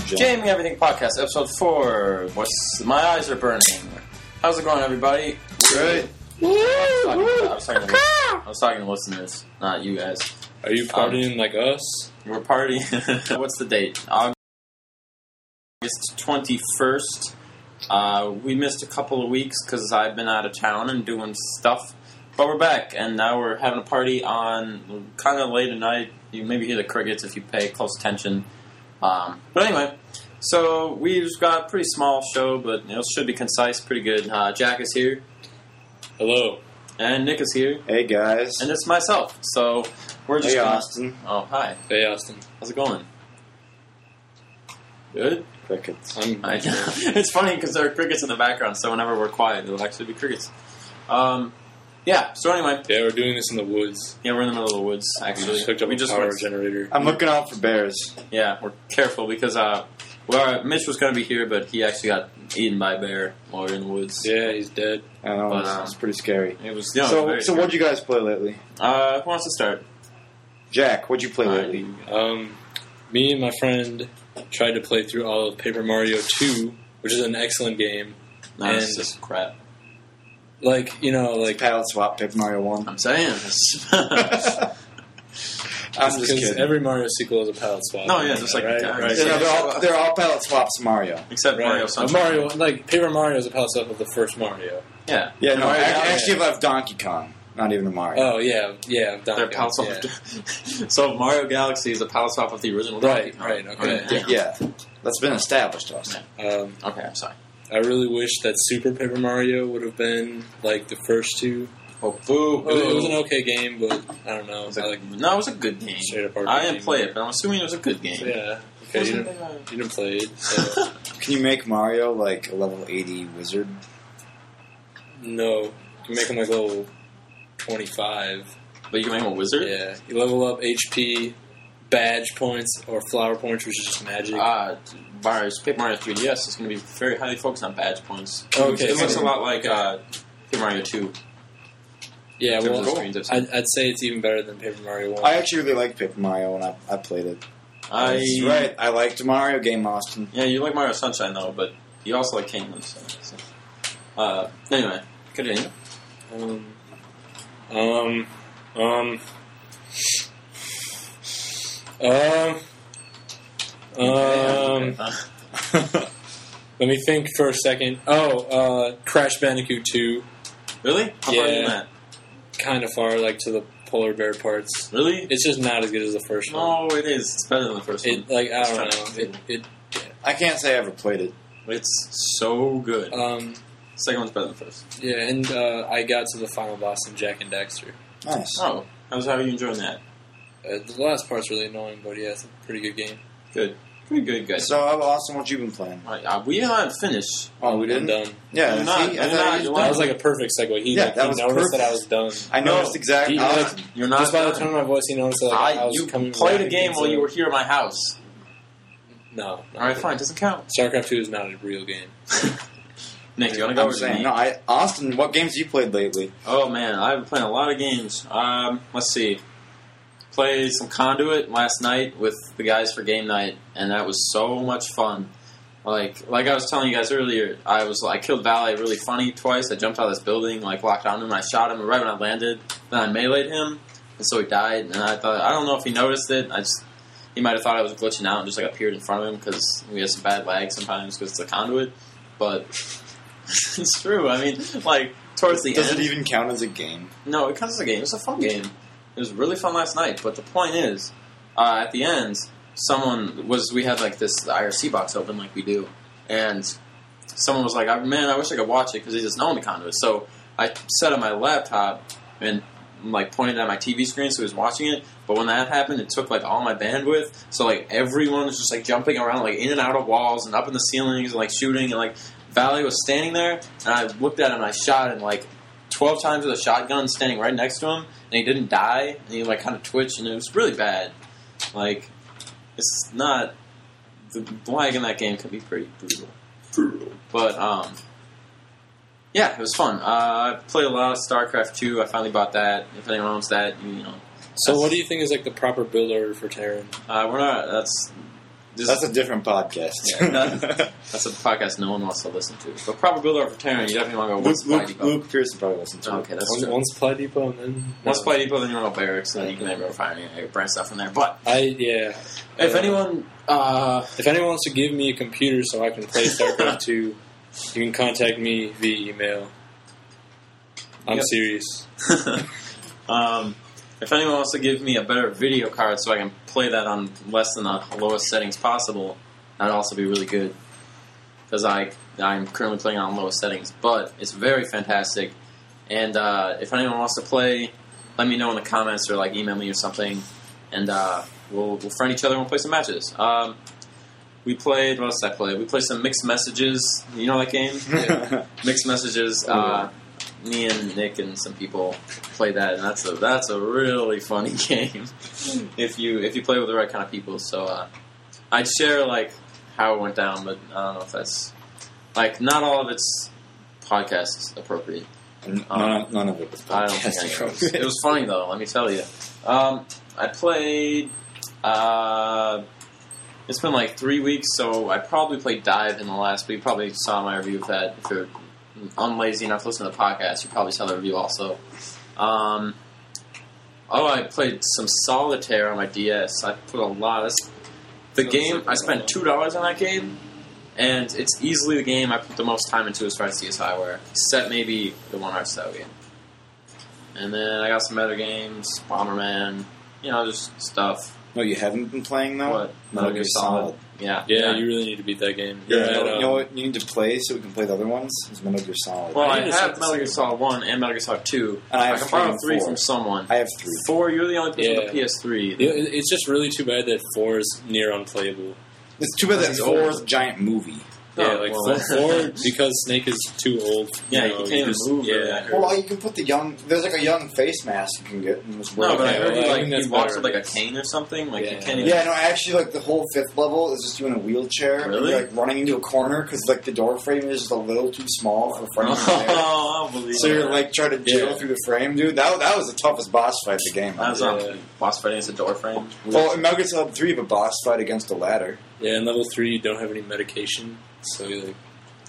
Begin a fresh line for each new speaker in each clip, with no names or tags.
Everything Podcast, episode four. What's my eyes are burning? How's it going, everybody?
Right?
I was talking to, I was talking to listeners, not you guys.
Are
Um,
you partying like us?
We're partying. What's the date? August twenty first. Uh, we missed a couple of weeks because I've been out of town and doing stuff, but we're back, and now we're having a party on kind of late at night. You maybe hear the crickets if you pay close attention. Um, but anyway, so we've got a pretty small show, but it should be concise, pretty good. Uh, Jack is here,
Hello.
and Nick is here,
Hey guys.
and it's myself. So we're just
Hey
gonna-
Austin.
Oh hi,
Hey, Austin.
how's it going? Good.
Crickets.
I'm
I it's funny because there are crickets in the background, so whenever we're quiet, there'll actually be crickets. Um, yeah. So anyway,
Yeah, we're doing this in the woods.
yeah, we're in the middle of the woods. Actually,
we just hooked up
we
a
just
power
went-
generator.
I'm looking out for bears.
yeah, we're careful because uh, well, Mitch was going to be here, but he actually got eaten by a bear while we were in the woods.
Yeah, he's dead.
I don't know,
But,
it's,
um,
it's pretty scary.
It was. You know,
so,
very
so what'd you guys play lately?
Uh, who wants to start?
Jack, what'd you play
Uh,
lately?
Um, me and my friend tried to play through all of Paper Mario 2, which is an excellent game.
No, it's
And-
just crap.
Like, you know,
Like
like.
palette swap, pick Mario One.
I'm saying. it's-
I'm just
because
kidding.
every Mario sequel is a palette swap.
No, yeah, just like- uh,
right,
yeah,
right,
Yeah, no,
right.
they're all they're all palette swaps Mario.
Except Mario
Uh,
Sunshine.
Mario, like Paper Mario is a palette swap of the first Mario.
Yeah.
Yeah, no,
Mario-
I, actually I have Donkey Kong, not even a Mario.
Oh yeah, yeah. Donkey
They're
Kong,
palette swap.
yeah.
so Mario Galaxy is a palette swap of the original.
Right,
Donkey Kong.
right, okay.
yeah. yeah. That's been established, Austin.
Um,
Okay, I'm sorry.
I really wish that Super Paper Mario would have been like the first two.
Oh, boo!
It was, it
Oh.
was an okay game, but I don't know.
It was
I
a-
like
no, it was a good game.
straight up.
I
RPG
didn't play
more.
it, but I'm assuming it was a good game.
Yeah. Okay. You
Wasn't
didn't,
it, uh,
you didn't play it. So.
Can you make Mario like a level eighty wizard?
no. You make him like level twenty-five.
uh, but you can make him a wizard.
Yeah. You level up HP, badge points, or flower points, which is just magic.
Uh, Mario, Paper Mario 3DS is going to be very highly focused on badge points.
okay.
It looks
so-
a lot like uh, Paper Mario 2.
yeah.
in terms of
Well,
screen depth.
I'd, I'd say it's even better than Paper Mario One.
I actually really liked Paper Mario when I, I played it.
I,
That's right. I liked Mario game Austin.
Yeah, you like Mario Sunshine though, but you also like Kingdom. So, so. Uh, anyway, continue.
Um, um, um, um, um,
Uh,
let me think for a second. Oh, uh, Crash Bandicoot 2,
really? How far
Yeah.
you that?
kind of far, like to the polar bear parts.
Really?
It's just not as good as the first one.
No, it is. It's better than the first
It,
one.
like, I
It's
don't
trying
know. It,
to-
it,
I can't say I ever played it.
It's so good.
um,
Second one's better than the first.
yeah, and, uh, I got to the final boss in Jack and Dexter.
Nice.
Oh, how's how are you enjoying that?
Uh, the last part's really annoying, but yeah, it's a pretty good game.
Pretty good, guys.
So, how awesome what you been playing?
Right, uh, we haven't finished.
Oh, we
I'm
didn't.
done.
Yeah,
You're not-
see,
you're
I, thought
not-
you
you're
just-
That was like a perfect segue. He,
Yeah,
like,
that
he
was
noticed that I
perfect.
was done.
I noticed
No,
exactly.
he-
Austin.
You're not.
Just by the tone of my voice, he noticed that like, I,
I,
was
you
coming.
played a
back
game
into-
while you were here at my house.
No.
All right, fine. Doesn't count.
StarCraft Two is not a real game.
Nick, you want to go?
I'm
or
saying,
me?
no, I, Austin, what games you played lately?
Oh man, I've been playing a lot of games. Um, let's see. Played some Conduit last night with the guys for game night, and that was so much fun. Like, like I was telling you guys earlier, I was I killed Valet really funny twice. I jumped out of this building, like locked onto him, I shot him right when I landed. Then I meleeed him, and so he died. And I thought I don't know if he noticed it. I just he might have thought I was glitching out and just like appeared in front of him because we have some bad lag sometimes because it's a conduit. But it's true. I mean, like towards the
Does
end,
it even count as a game?
no, it counts as a game. It's a fun game. It was really fun last night. But the point is, uh, at the end, someone was. We had like this IRC box open, like we do, and someone was like, "I- "Man, I wish I could watch it because he doesn't own the conduit." So I set up my laptop and like pointed at my TV screen, so he was watching it. But when that happened, it took like all my bandwidth. So like everyone was just like jumping around, like in and out of walls and up in the ceilings, and like shooting. And like Valley was standing there, and I looked at him and I shot and like 12 times with a shotgun standing right next to him, and he didn't die, and he like kind of twitched, and it was really bad. Like, it's not. The lag in that game can be pretty brutal. Brutal. But, um. Yeah, it was fun. Uh, I played a lot of StarCraft 2. I finally bought that. If anyone owns that, you know.
So, what do you think is like the proper build order for Terran?
Uh, we're not. That's. This,
That's a different podcast.
Yeah. that's a podcast no one wants to listen to. But Probably Good Libertarian, you definitely want to go
Luke,
with Spy
Luke,
Depot.
Luke Pearson probably listens to it.
Okay, that's
Once,
true.
once Supply Depot and then
Once Spy Depot, then you want to go Barracks, and then you can have your refinery and your brand stuff in there. But
I yeah.
if
Yeah.
anyone, uh,
If anyone wants to give me a computer so I can play StarCraft 2, you can contact me via email. I'm
Yep.
serious.
um, if anyone wants to give me a better video card so I can play that on less than the lowest settings possible, that'd also be really good. Because I I'm currently playing on lowest settings, but it's very fantastic. And uh, if anyone wants to play, let me know in the comments or like email me or something, and uh, we'll we'll friend each other and we'll play some matches. Um, we played what else did I play? We played some mixed messages. You know that game? mixed messages. Uh, me and Nick and some people play that, and that's a that's a really funny game if you if you play with the right kind of people. So uh, I'd share like how it went down, but I don't know if that's like not all of it's podcast appropriate.
N- none, of, none of it was
Um, I don't think
podcast.
I was. It was funny though. Let me tell you. Um, I played. Uh, it's been like three weeks, so I probably played Dive in the last week. You probably saw my review of that. If you're unlazy enough to listen to the podcast, you probably saw the review also. Um, oh, I played some Solitaire on my DS. I put a lot. That's the
Sounds
game.
like
I
a
spent
lot.
two dollars on that game, and it's easily the game I put the most time into as far as CSI were. Except maybe the One Heart Style game. And then I got some other games, Bomberman, you know, just stuff.
No, you haven't been playing though.
What?
Metal Gear Solid.
Yeah.
Yeah, you really need to beat that game. You're
You
at,
know,
um,
you know what you need to play so we can play the other ones? Is Metal Gear Solid.
Well, I,
I need to start
have
this
Metal Gear
game.
Solid 1 and Metal Gear Solid 2.
and I
I
have
can
three,
borrow
and
three
four.
from someone.
I have three.
Four, you're the only person with
Yeah.
a PS3.
you know, it- it's just really too bad that four is near unplayable.
It's too bad that
It's
four
old.
is a giant movie.
Oh,
Yeah, like
well.
four, four because Snake is too old.
Yeah, you
you, know,
can't
you
even
just,
move really
Yeah,
accurate.
Well, you can put the young. There's like a young face mask you can get. In this
No,
world.
but I
Yeah,
heard
well, I
he, like,
think that's
he walks
better.
with, like, a cane or something. Like, you
Yeah.
can't even...
Yeah, no, actually, like the whole fifth level is just you in a wheelchair, and
Really?
you're like running into a corner because like the door frame is just a little too small for frame.
Oh, unbelievable.
So you're like trying to jiggle
Yeah.
through the frame, dude. That, that was the toughest boss fight in the game.
That was
Yeah.
on boss fighting against a door frame.
Well, in Metal Gear Solid Three, you have a boss fight against a ladder.
yeah. And level three, you don't have any medication, so you're like,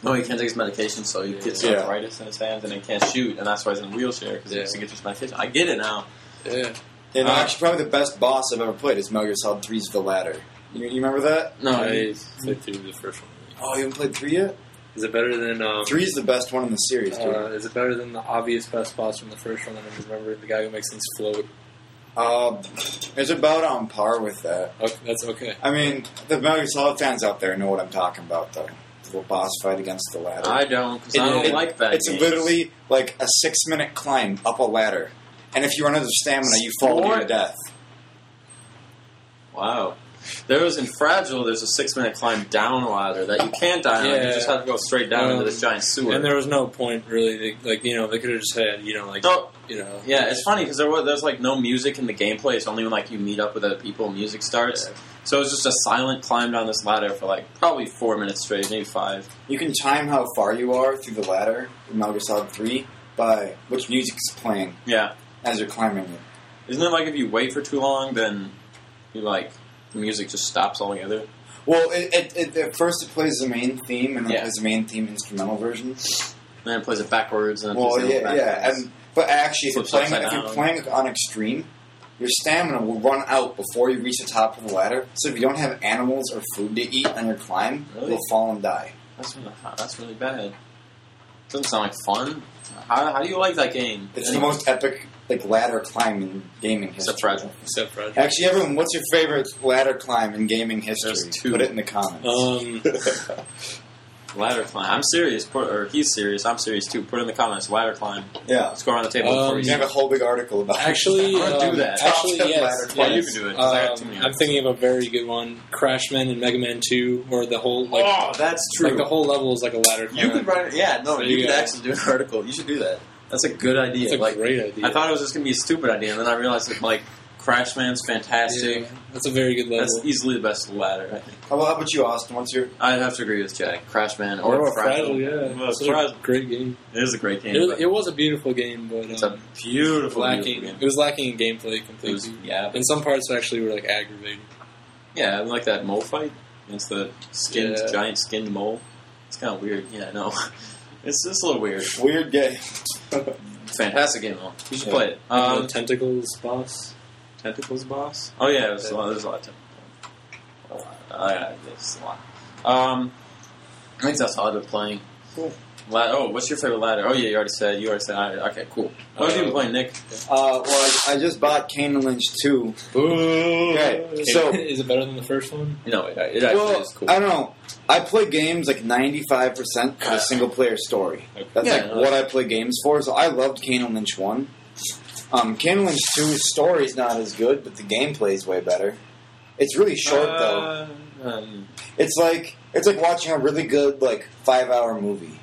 No, he can't take his medication, so he gets
Yeah.
arthritis in his hands, and he can't shoot, and that's why he's in a wheelchair, because he
Yeah.
has to get his medication. I get it now.
yeah,
And
Uh,
actually, probably the best boss I've ever played is Metal Gear Solid 3's The Ladder. You, you remember that?
No,
I played through the first one.
Oh, you haven't played three yet?
Is it better than um,
Three's the best one in the series, dude.
Uh, is it better than the obvious best boss from the first one? I don't remember the guy who makes things float.
Uh, it's about on par with that.
Okay, Oh, that's okay.
I mean, the Metal Gear Solid fans out there know what I'm talking about, though. The boss fight against the ladder.
I don't, because
It-
I don't
it-
like that.
it's literally like a six minute climb up a ladder. And if you run out of stamina, you fall to your
Sport.
death.
Wow. There was in Fragile, there's a six minute climb down a ladder that you can't die on. You
Yeah.
just have to go straight down into this giant sewer.
And there was no point really. To, like you know, they could have just had you know like
No,
you know
yeah, it's funny because there was there's like no music in the gameplay. It's only when like you meet up with other people, music starts. So it was just a silent climb down this ladder for like probably four minutes straight, maybe five.
You can time how far you are through the ladder in Metal Gear Solid 3 by which music is playing
Yeah,
as you're climbing it.
isn't it like if you wait for too long, then you like the music just stops altogether?
Well, it, it, it, at first it plays the main theme, and then
Yeah.
it plays the main theme instrumental version.
And then it plays it backwards. And it
Well,
plays it
yeah, yeah,
backwards.
and but actually, if you're
Flips
playing
upside
if you're
down.
playing on extreme, your stamina will run out before you reach the top of the ladder. So if you don't have animals or food to eat on your climb,
Really?
you'll fall and die.
that's really, that's really bad. Doesn't sound like fun. How, how do you like that game?
It's the
Anyway.
most epic like ladder climb in gaming history.
Except Fragile.
except for
Actually, everyone, what's your favorite ladder climb in gaming history?
There's two.
Put it in the comments.
um
Ladder climb. I'm serious, put, or he's serious. I'm serious too. Put in the comments. Ladder climb.
yeah,
Let's go around the table before
Um,
we.
you have a whole big article about.
actually
I'm gonna
um,
do that.
Actually,
Top
yes.
Well, you
yes.
can do it, 'cause I got too
Um,
many
I'm thinking of a very good one: Crashman and Mega Man Two, where the whole like
Ah.
oh, that's true.
like the whole level is like a ladder.
you
climb.
could write. Yeah, no,
So
you
you
could
got-
actually do an article. You should do that. That's a good idea.
That's a
like
great idea.
I thought it was just gonna be a stupid idea, and then I realized that like Crashman's fantastic.
Yeah, that's a very good level.
That's easily the best ladder. I think.
How about you, Austin? What's your?
I'd have to agree with Jack. Crashman or
Oh,
Fragile.
Fragile, yeah,
Well,
It's a
Fragile.
great game.
It is a great game.
It,
but
it was a beautiful game, but um,
it's a beautiful,
lacking.
beautiful game.
It was lacking in gameplay
It was,
completely.
yeah,
And some parts actually were like aggravating.
yeah, I like that mole fight. against the skinned
Yeah.
giant skinned mole. It's kind of weird. Yeah, I know. It's it's a little weird.
Weird game.
Fantastic game though. You should
Yeah.
play it.
Uh,
Um,
tentacles boss.
Tentacles boss. Oh yeah, there's a lot. There's a lot. Of tentacles. a lot. Oh yeah, there's a lot. Um, I think that's all I've been playing.
Cool.
La- oh, what's your favorite ladder? Oh yeah, you already said. You already said. I, okay, cool. What have you been playing, Nick?
Uh, well, I, I just bought Kane and Lynch 2. Okay, so-
is it better than the first one?
No, it, it actually
well,
is cool.
I don't know. I play games like 95% for the single player story. That's
Yeah,
like
no,
what I play games for. So I loved Kane and Lynch 1. Um, Kane and Lynch 2's story's not as good, but the gameplay is way better. It's really short, though.
Uh, um,
It's like it's like watching a really good like five hour movie.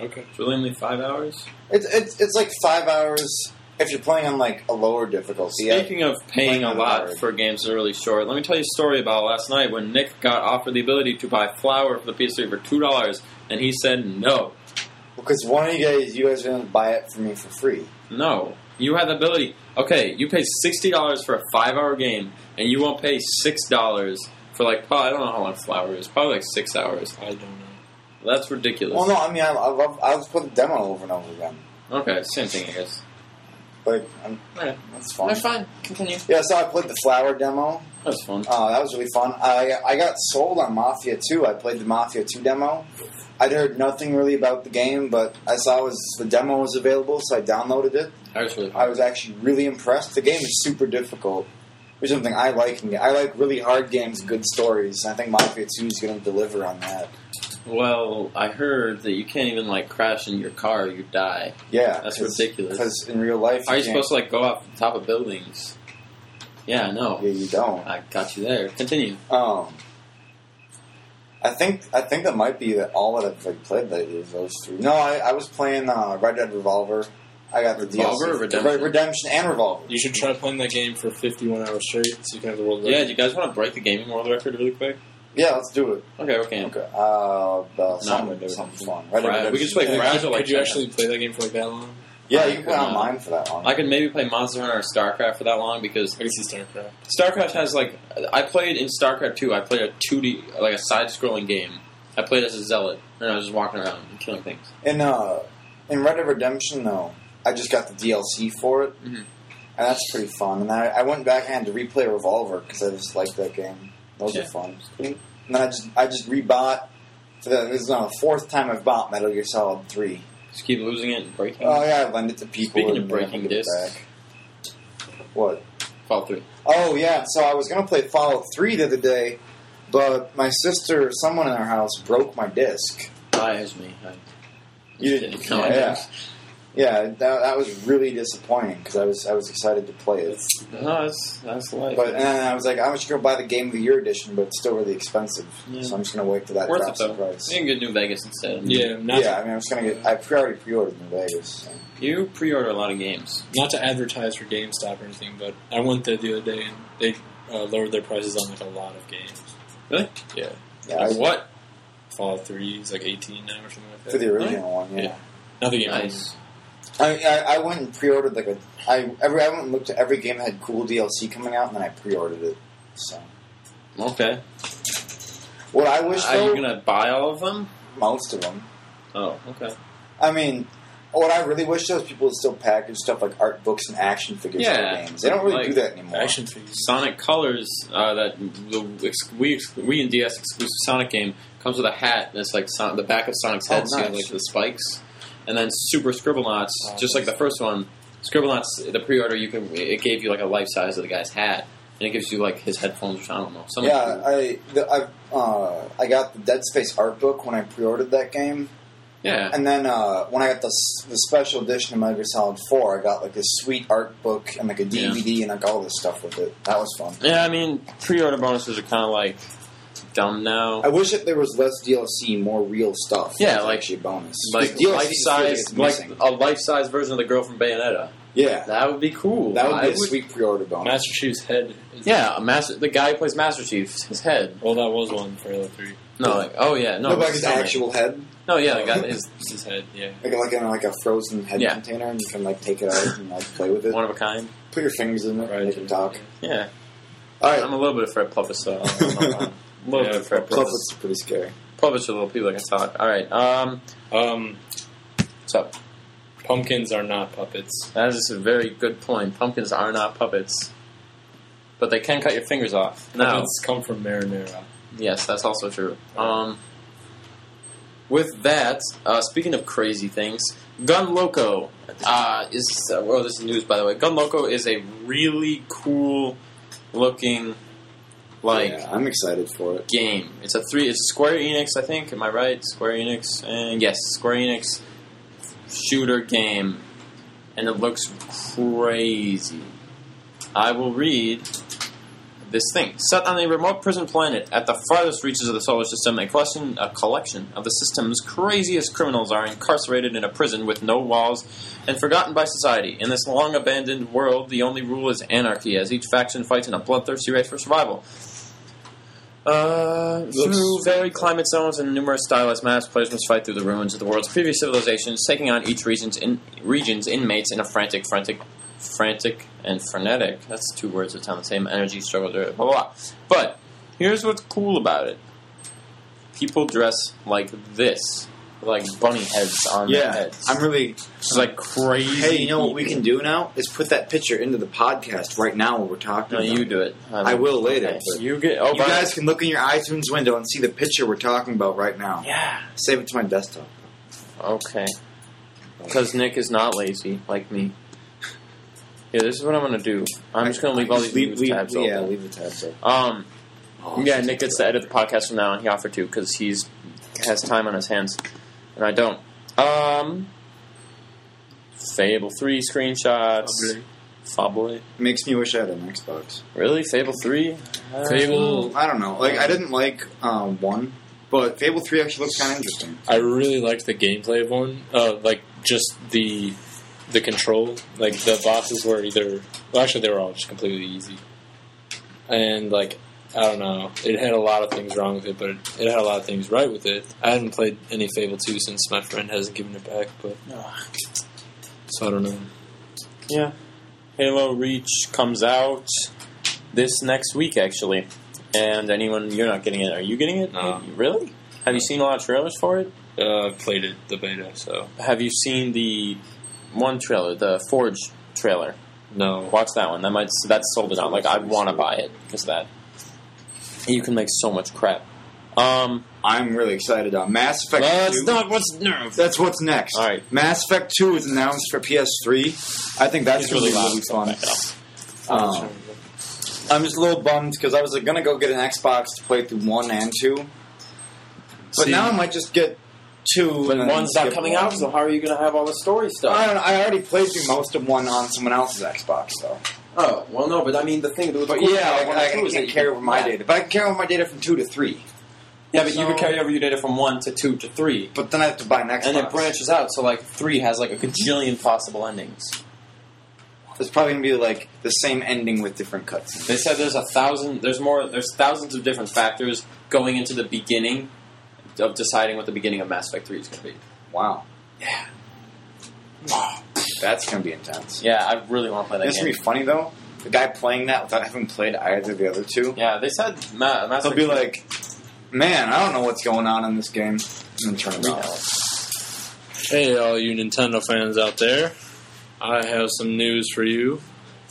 Okay.
it's really only five hours.
It's it's it's like five hours if you're playing on like a lower difficulty. I-
Speaking of paying a
Like
lot
hard.
for games that are really short, let me tell you a story about last night when Nick got offered the ability to buy flour for the PS3 for two dollars, and he said no,
Because one of you guys, you guys are gonna buy it for me for free.
no. You had the ability. Okay, you paid sixty dollars for a five-hour game, and you won't pay six dollars for like probably I don't know how long flour is, probably like six hours.
I don't know.
That's ridiculous.
Well, no, I mean, I, I love. I was put the demo over and over again.
Okay, same thing, I guess.
Like, I'm,
Alright.
um, that's fun.
fine. Continue.
Yeah, so I played the flower demo.
That's fun.
Uh, that was really fun. I I got sold on Mafia 2. I played the Mafia 2 demo. I'd heard nothing really about the game, but I saw it was the demo was available, so I downloaded it.
That was really fun.
I was actually really impressed. The game is super difficult, which is something I like. I like really hard games, good stories. And I think Mafia 2 is going to deliver on that.
Well, I heard that you can't even like crash in your car; you die.
Yeah,
That's ridiculous.
Because in real life,
Are you
can't-
supposed to like go off the top of buildings? Yeah, I know.
Yeah, you don't.
I got you there. Continue.
Um, I think I think that might be that all that I've like, played lately is those three. No, I, I was playing uh, Red Dead Revolver. I got the
Revolver
DLC.
or Redemption?
Re- Redemption and Revolver.
You should try playing that game for 51 hours straight so you can have the world
Yeah,
record.
do you guys want to break the gaming world record really quick?
Yeah, let's do it.
Okay, okay.
Okay. Uh, the, some,
Red Dead
some
Redemption.
fun. Red Dead
Right, we
Redemption.
can just play
Could-
Fragile
could
like
you
that.
actually play that game for like that long?
Yeah, you can play
Uh,
online for that one.
I could maybe play Monster Hunter or StarCraft for that long because
I guess it's StarCraft.
StarCraft has like I played in StarCraft two. I played a two D like a side scrolling game. I played as a zealot and I was just walking around and killing things.
In uh, in Red Dead Redemption, though, I just got the DLC for it,
Mhm.
and that's pretty fun. And I, I went back and had to replay Revolver because I just liked that game. Those
Yeah.
are fun. And then I just I just rebought. For the, this is now the fourth time I've bought Metal Gear Solid Three.
Just keep losing it and breaking.
Oh yeah, I lend it to people.
Mm-hmm. Speaking of
and they never
breaking
give it
discs.
back. what?
Fall three.
Oh yeah, so I was gonna play Fallout Three the other day, but my sister, someone in our house, broke my disc.
Lies me. I,
You
Just
didn't-
kidding. No, I
yeah.
didn't.
Yeah, that, that was really disappointing because I was I was excited to play it,
No, that's that's life.
but uh, and I was like, I'm just gonna buy the Game of the Year edition, but it's still really expensive,
Yeah.
so I'm just gonna wait till that
Worth
drops
it,
in
though.
price.
you can get New Vegas instead.
Yeah, not,
Yeah, I mean, I was gonna get. I pre- already pre-ordered New Vegas. So.
You pre-order a lot of games.
not to advertise for GameStop or anything, but I went there the other day and they uh, lowered their prices on like a lot of games.
Really?
Yeah.
Yeah, I,
what?
Fallout 3 is like 18 now or something like that.
for the original one. Yeah,
Yeah. not the game.
Nice.
I, I I went and pre-ordered like a. I every I went and looked at every game that had cool DLC coming out, and then I pre-ordered it. So
Okay.
what I wish
Are you
though,
gonna buy all of them?
most of them.
Oh, okay.
I mean. What I really wish those people would still package stuff like art books and action figures
Yeah,
for games. They don't really
like
do that anymore.
Action figures.
Sonic Colors, uh, that the ex- we ex- we and DS exclusive Sonic game comes with a hat that's like Son- the back of Sonic's head,
Oh,
so you have
nice.
like the spikes, and then Super Scribblenauts,
Oh,
just like the first one. Scribblenauts, the pre-order, you can it gave you like a life size of the guy's hat, and it gives you like his headphones. Which I don't know. Something
yeah, I the, I uh, I got the Dead Space art book when I pre-ordered that game,
yeah.
and then uh, when I got the s- the special edition of Metal Gear Solid Four, I got like this sweet art book and like a
Yeah.
DVD and like all this stuff with it. That was fun.
Yeah, I mean, pre-order bonuses are kind of like dumb now.
I wish that there was less DLC, more real stuff.
Yeah,
That's
like-
actually a bonus,
Like
DLC
life size, like
missing.
a life size version of the girl from Bayonetta.
yeah,
That would be cool.
that would
I
be a sweet pre-order bonus.
Master Chief's head. Is
Yeah, a master. The guy who plays Master Chief, his head.
Well, that was one for Halo 3.
No, like, oh yeah, no,
No, like
his
his
stomach.
actual head,
No, yeah, the guy, his
It's his head, yeah.
like like in like a frozen head
Yeah.
container, and you can like take it out and like play with it.
one of a kind.
Put your fingers in it, and
Right.
you can talk.
Yeah,
All right,
I'm a little bit of Fred Puppet, so I don't know. Love
Yeah,
the
for-
Fred
for-
Puppets.
Puppets are pretty scary.
Puppets are little people that can talk. All right. Um,
Um,
what's up?
pumpkins are not puppets.
That is a very good point. Pumpkins are not puppets, but they can cut your fingers off. Now,
Puppets come from marinara.
Yes, that's also true. Um, with that, uh, speaking of crazy things, Gun Loco uh, is. Uh, oh, this is news, by the way. Gun Loco is a really cool looking, like
yeah, I'm excited for it.
game. It's a three. It's a Square Enix, I think. Am I right? Square Enix, and yes, Square Enix shooter game, and it looks crazy. I will read this thing. Set on a remote prison planet at the farthest reaches of the solar system, a collection, a collection of the system's craziest criminals are incarcerated in a prison with no walls and forgotten by society. In this long abandoned world, the only rule is anarchy, as each faction fights in a bloodthirsty race for survival. Uh,
Looks-
through varied climate zones and numerous stylized maps, players must fight through the ruins of the world's previous civilizations, taking on each region's in, region's inmates in a frantic, frantic, frantic, and frenetic. That's two words that sound the same. Energy struggle, blah blah. blah. But here's what's cool about it: people dress like this, like bunny heads on their
Yeah,
heads.
I'm really.
It's like crazy.
Hey, you know what we can do now is put that picture into the podcast right now when we're talking.
No,
about
you
it.
do it.
I will later.
Okay.
but
You get. Oh,
you
Brian.
guys can look in your iTunes window and see the picture we're talking about right now.
Yeah.
Save it to my desktop.
Okay. Because Nick is not lazy like me. Yeah, this is what I'm gonna do. I'm just gonna leave all these
leave,
news tabs
Yeah,
open.
leave the tabs open.
Um.
Oh,
Yeah, Nick gets to edit the podcast from now on. He offered to because he's has time on his hands, and I don't. Um, Fable three screenshots. Fable.
Makes me wish I had an Xbox.
Really, Fable three.
Fable.
I don't know. Like I didn't like um, one, but Fable Three actually looks kind of interesting.
I really liked the gameplay of one. Uh, like just the the control. Like the bosses were either. Well, actually, they were all just completely easy. And like I don't know, it had a lot of things wrong with it, but it, it had a lot of things right with it. I haven't played any Fable two since my friend hasn't given it back, but
Ugh.
so I don't know.
Yeah. Halo Reach comes out this next week, actually. And anyone, you're not getting it. Are you getting it?
No.
Really? Have you seen a lot of trailers for it?
Uh, I played it the beta, so
Have you seen the one trailer, the Forge trailer?
no.
Watch that one. That might that's sold it out. Like I want to buy it because that you can make so much crap. Um,
I'm really excited. Uh, Mass Effect.
let's
2,
not. What's no?
That's what's next.
All right.
Mass Effect Two is announced for PS3. I think that's
It's
gonna
really
be
loud.
really fun.
Back it up.
Um, I'm just a little bummed because I was like, gonna go get an Xbox to play through one and two, but
See,
now I might just get two.
but
and then
one's not
skip
coming
one.
out, so how are you going to have all the story stuff?
I don't know. I already played through most of one on someone else's Xbox, though.
oh well, no, but I mean the thing. But
I, I, I can't carry over my data, but I can carry over my data from two to three.
Yeah, but you
So-
can carry over your data from one to two to three,
But then I have to buy an Xbox.
and it branches out. So like three has like a gajillion possible endings.
It's probably gonna be like the same ending with different cuts.
They said there's a thousand. There's more. There's thousands of different factors going into the beginning of deciding what the beginning of Mass Effect Three is going to be.
Wow,
Yeah,
that's gonna be intense.
yeah. I really want to play that
This
game.
gonna be funny though. The guy playing that without having played either of the other two,
yeah, they said Ma- Mass
he'll
Effect
be
3
like, "Man, I don't know what's going on in this game," and then turn it off.
Hey, all you Nintendo fans out there, I have some news for you.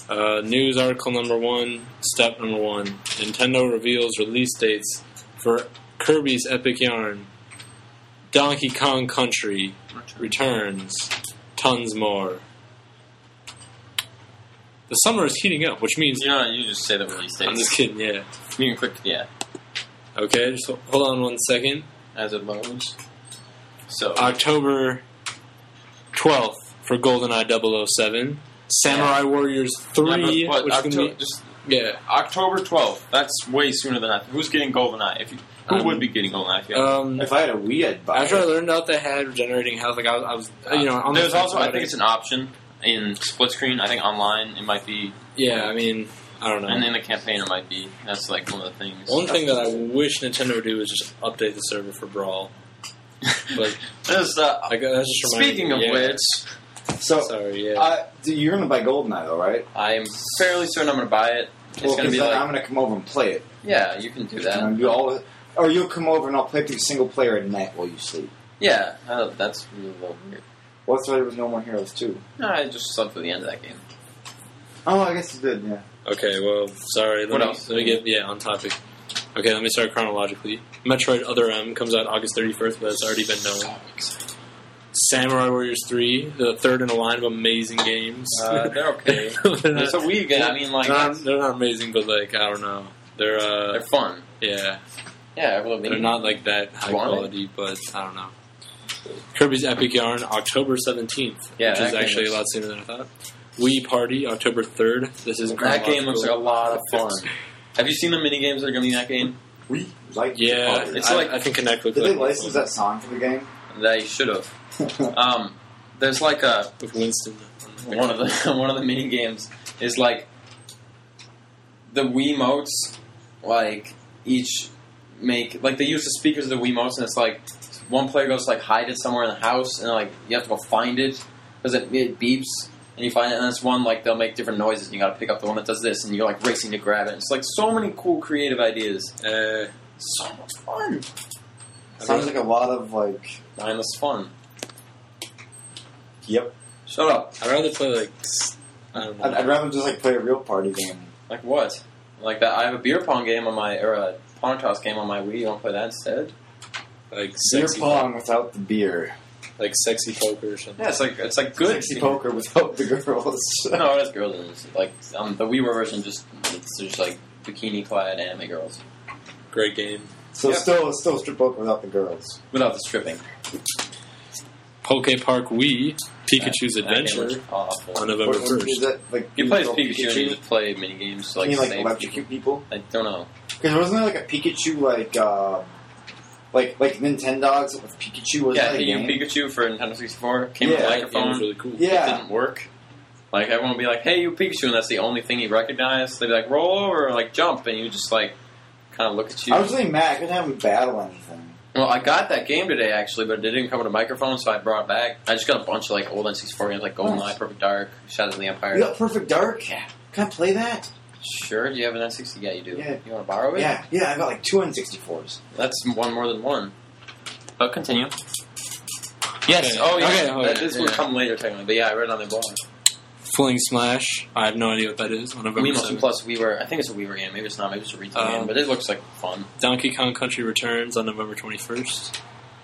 Uh, news article number one, step number one Nintendo reveals release dates for Kirby's Epic Yarn, Donkey Kong Country returns, tons more. The summer is heating up, which means.
You know, you just say the release date.
I'm just kidding, yeah.
You can click yeah
Okay, just hold on one second.
as it loads. So
October 12th for GoldenEye 007. Samurai Warriors 3,
yeah, but,
which
but
is
October,
going to
just
be... Yeah.
October twelfth. That's way sooner than I. Who's getting GoldenEye? If you, who
Um,
would be getting GoldenEye? If uh, you had
Um,
If I had a Wii, I'd buy
after I
it.
learned out they had regenerating health, like I was, I was uh, you know, on
there's
the fence
also I
about
think
it.
it's an option in split screen. I think online it might be,
yeah. I mean, I don't know.
and in the campaign it might be. That's like one of the things.
One thing that I wish Nintendo would do is just update the server for Brawl. But
There's, uh,
like, that's just reminding
speaking
me-
of
yeah.
which,
So,
sorry, yeah.
uh, dude, you're gonna buy Goldeneye though, right?
I am fairly certain I'm going to buy it. It's
Well,
gonna
'cause
be
then
like
I'm gonna come over and play it.
yeah, you can do
And I'll
that.
do all, or you'll come over and I'll play through single player at night while you sleep.
Yeah, uh, that's a little weird.
Well, that's why there was No More Heroes too.
No, I just slept for the end of that game.
Oh, I guess you did. Yeah.
Okay, well, sorry. Let
What
me,
else?
Let me get yeah on topic. Okay, let me start chronologically. Metroid Other M comes out August 31st, but it's already been known. Samurai Warriors 3, the third in a line of amazing games.
Uh, they're okay.
They're not-
It's a Wii game. I mean, like um,
they're
that's-
not, they're not amazing, but like I don't know, they're uh,
they're fun.
yeah,
Yeah, I love
they're
them.
not like that high
Want it?
quality, but I don't know. Kirby's Epic Yarn, October seventeenth,
Yeah,
which
that
is
game
actually a
looks-
lot sooner than I thought. Wii Party, October third. This isn't
That game looks like a
chronological.
lot of fun. Have you seen the mini games that are going to be in that game?
We like.
Yeah,
Oh,
It's
I,
like-
I think Connect with
did they license that song for the game?
They should have. Um, there's like a
with Winston.
one of the one of the mini games is like the Wiimotes like each make like they use the speakers of the Wiimotes and it's like one player goes to like hide it somewhere in the house and like you have to go find it because it, it beeps and you find it and it's one like they'll make different noises and you gotta pick up the one that does this and you're like racing to grab it. It's like so many cool creative ideas.
Uh,
So much fun.
Sounds like a lot of like.
Mindless fun.
Yep.
Shut up.
I'd rather play like I don't know.
I'd, I'd rather just like play a real party game.
Like what? Like that I have a beer pong game on my or a pawn toss game on my Wii, you wanna play that instead?
like
Beer
sexy,
pong without the beer.
like sexy poker or something.
Yeah, it's like it's like good.
Sexy poker without the girls.
No, it is girls. in this. Like um, the WiiWare version, just it's just like bikini clad anime girls
Great game.
so
Yeah.
still, still strip poker without the girls.
without the stripping.
Poke Park Wii, Pikachu's
That- that game
Adventure
looks awful.
on
What-
November
what is
first.
that, like,
If you play as Pikachu, and you
Pikachu?
play mini games
Can
like,
you like
save
electrocute people?
I don't know.
Because wasn't there like a Pikachu like uh, like like Nintendogs with Pikachu? Wasn't
yeah,
that a
Hey You
game?
Pikachu for Nintendo 64 came
Yeah,
with a
that
That game was
microphone.
really cool.
It
yeah,
didn't work. Like everyone would be like, "Hey, you Pikachu," and that's the only thing he recognized. They'd be like, "Roll over," or like jump, and you just like kind of look at you.
I was really mad. I couldn't have him battle anything.
Well, I got that game today actually, but it didn't come with a microphone, so I brought it back. I just got a bunch of like old N64 games, like GoldenEye,
Nice.
Perfect Dark, Shadows of the Empire.
You got Perfect Dark. Can I play that?
Sure, do you have an N60? Yeah, you do.
Yeah.
You want to borrow it?
Yeah, yeah. I got like two N64s.
That's one more than one. But continue. Yes. Oh, yeah.
Okay, okay,
that, this will
yeah.
come later, technically. But yeah, I read it on their blog.
Fling Smash. I have no idea what that is. On November
Wii Motion
7th.
Plus, we were. I think it's a Weaver game. Maybe it's not. Maybe it's a retail
Um,
game. But it looks like fun.
Donkey Kong Country Returns on November twenty first.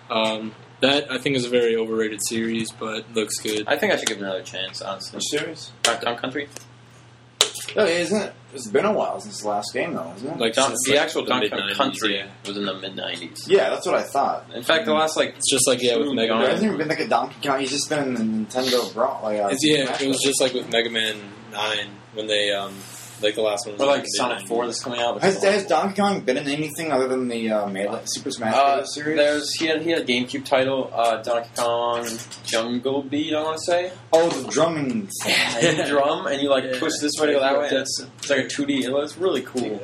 Um, that I think is a very overrated series, but looks good.
I think I should give it another chance. Honestly,
serious?
Donkey Kong Country.
No, it Oh, isn't. It's been a while since the last game, though, isn't it?
Like
Don-
since,
the
like,
actual
the
Donkey Kong
mid-nineties,
Country
yeah.
was in the mid '90s.
yeah, that's what I thought.
In fact, the last like
It's just like yeah with
Soon,
Mega
Don.
There
Man.
hasn't even been like a Donkey Kong. He's just been in the Nintendo brawl. Like, uh,
It's,
Um,
yeah,
Smash
it was
Bros.
just like with Mega Man Nine when they um like the last one. Was
Or like
in the
Sonic 4
90s.
that's coming out. which
Has,
is awful.
has Donkey Kong been in anything other than the uh, Melee, Super Smash
Uh,
Bros. series?
there's he had he had a GameCube title, uh, Donkey Kong Jungle Beat, I want to say.
oh, the drumming.
And you drum and you like
Yeah.
twist this way to go that way. It's, it's like a 2D. It looks really cool.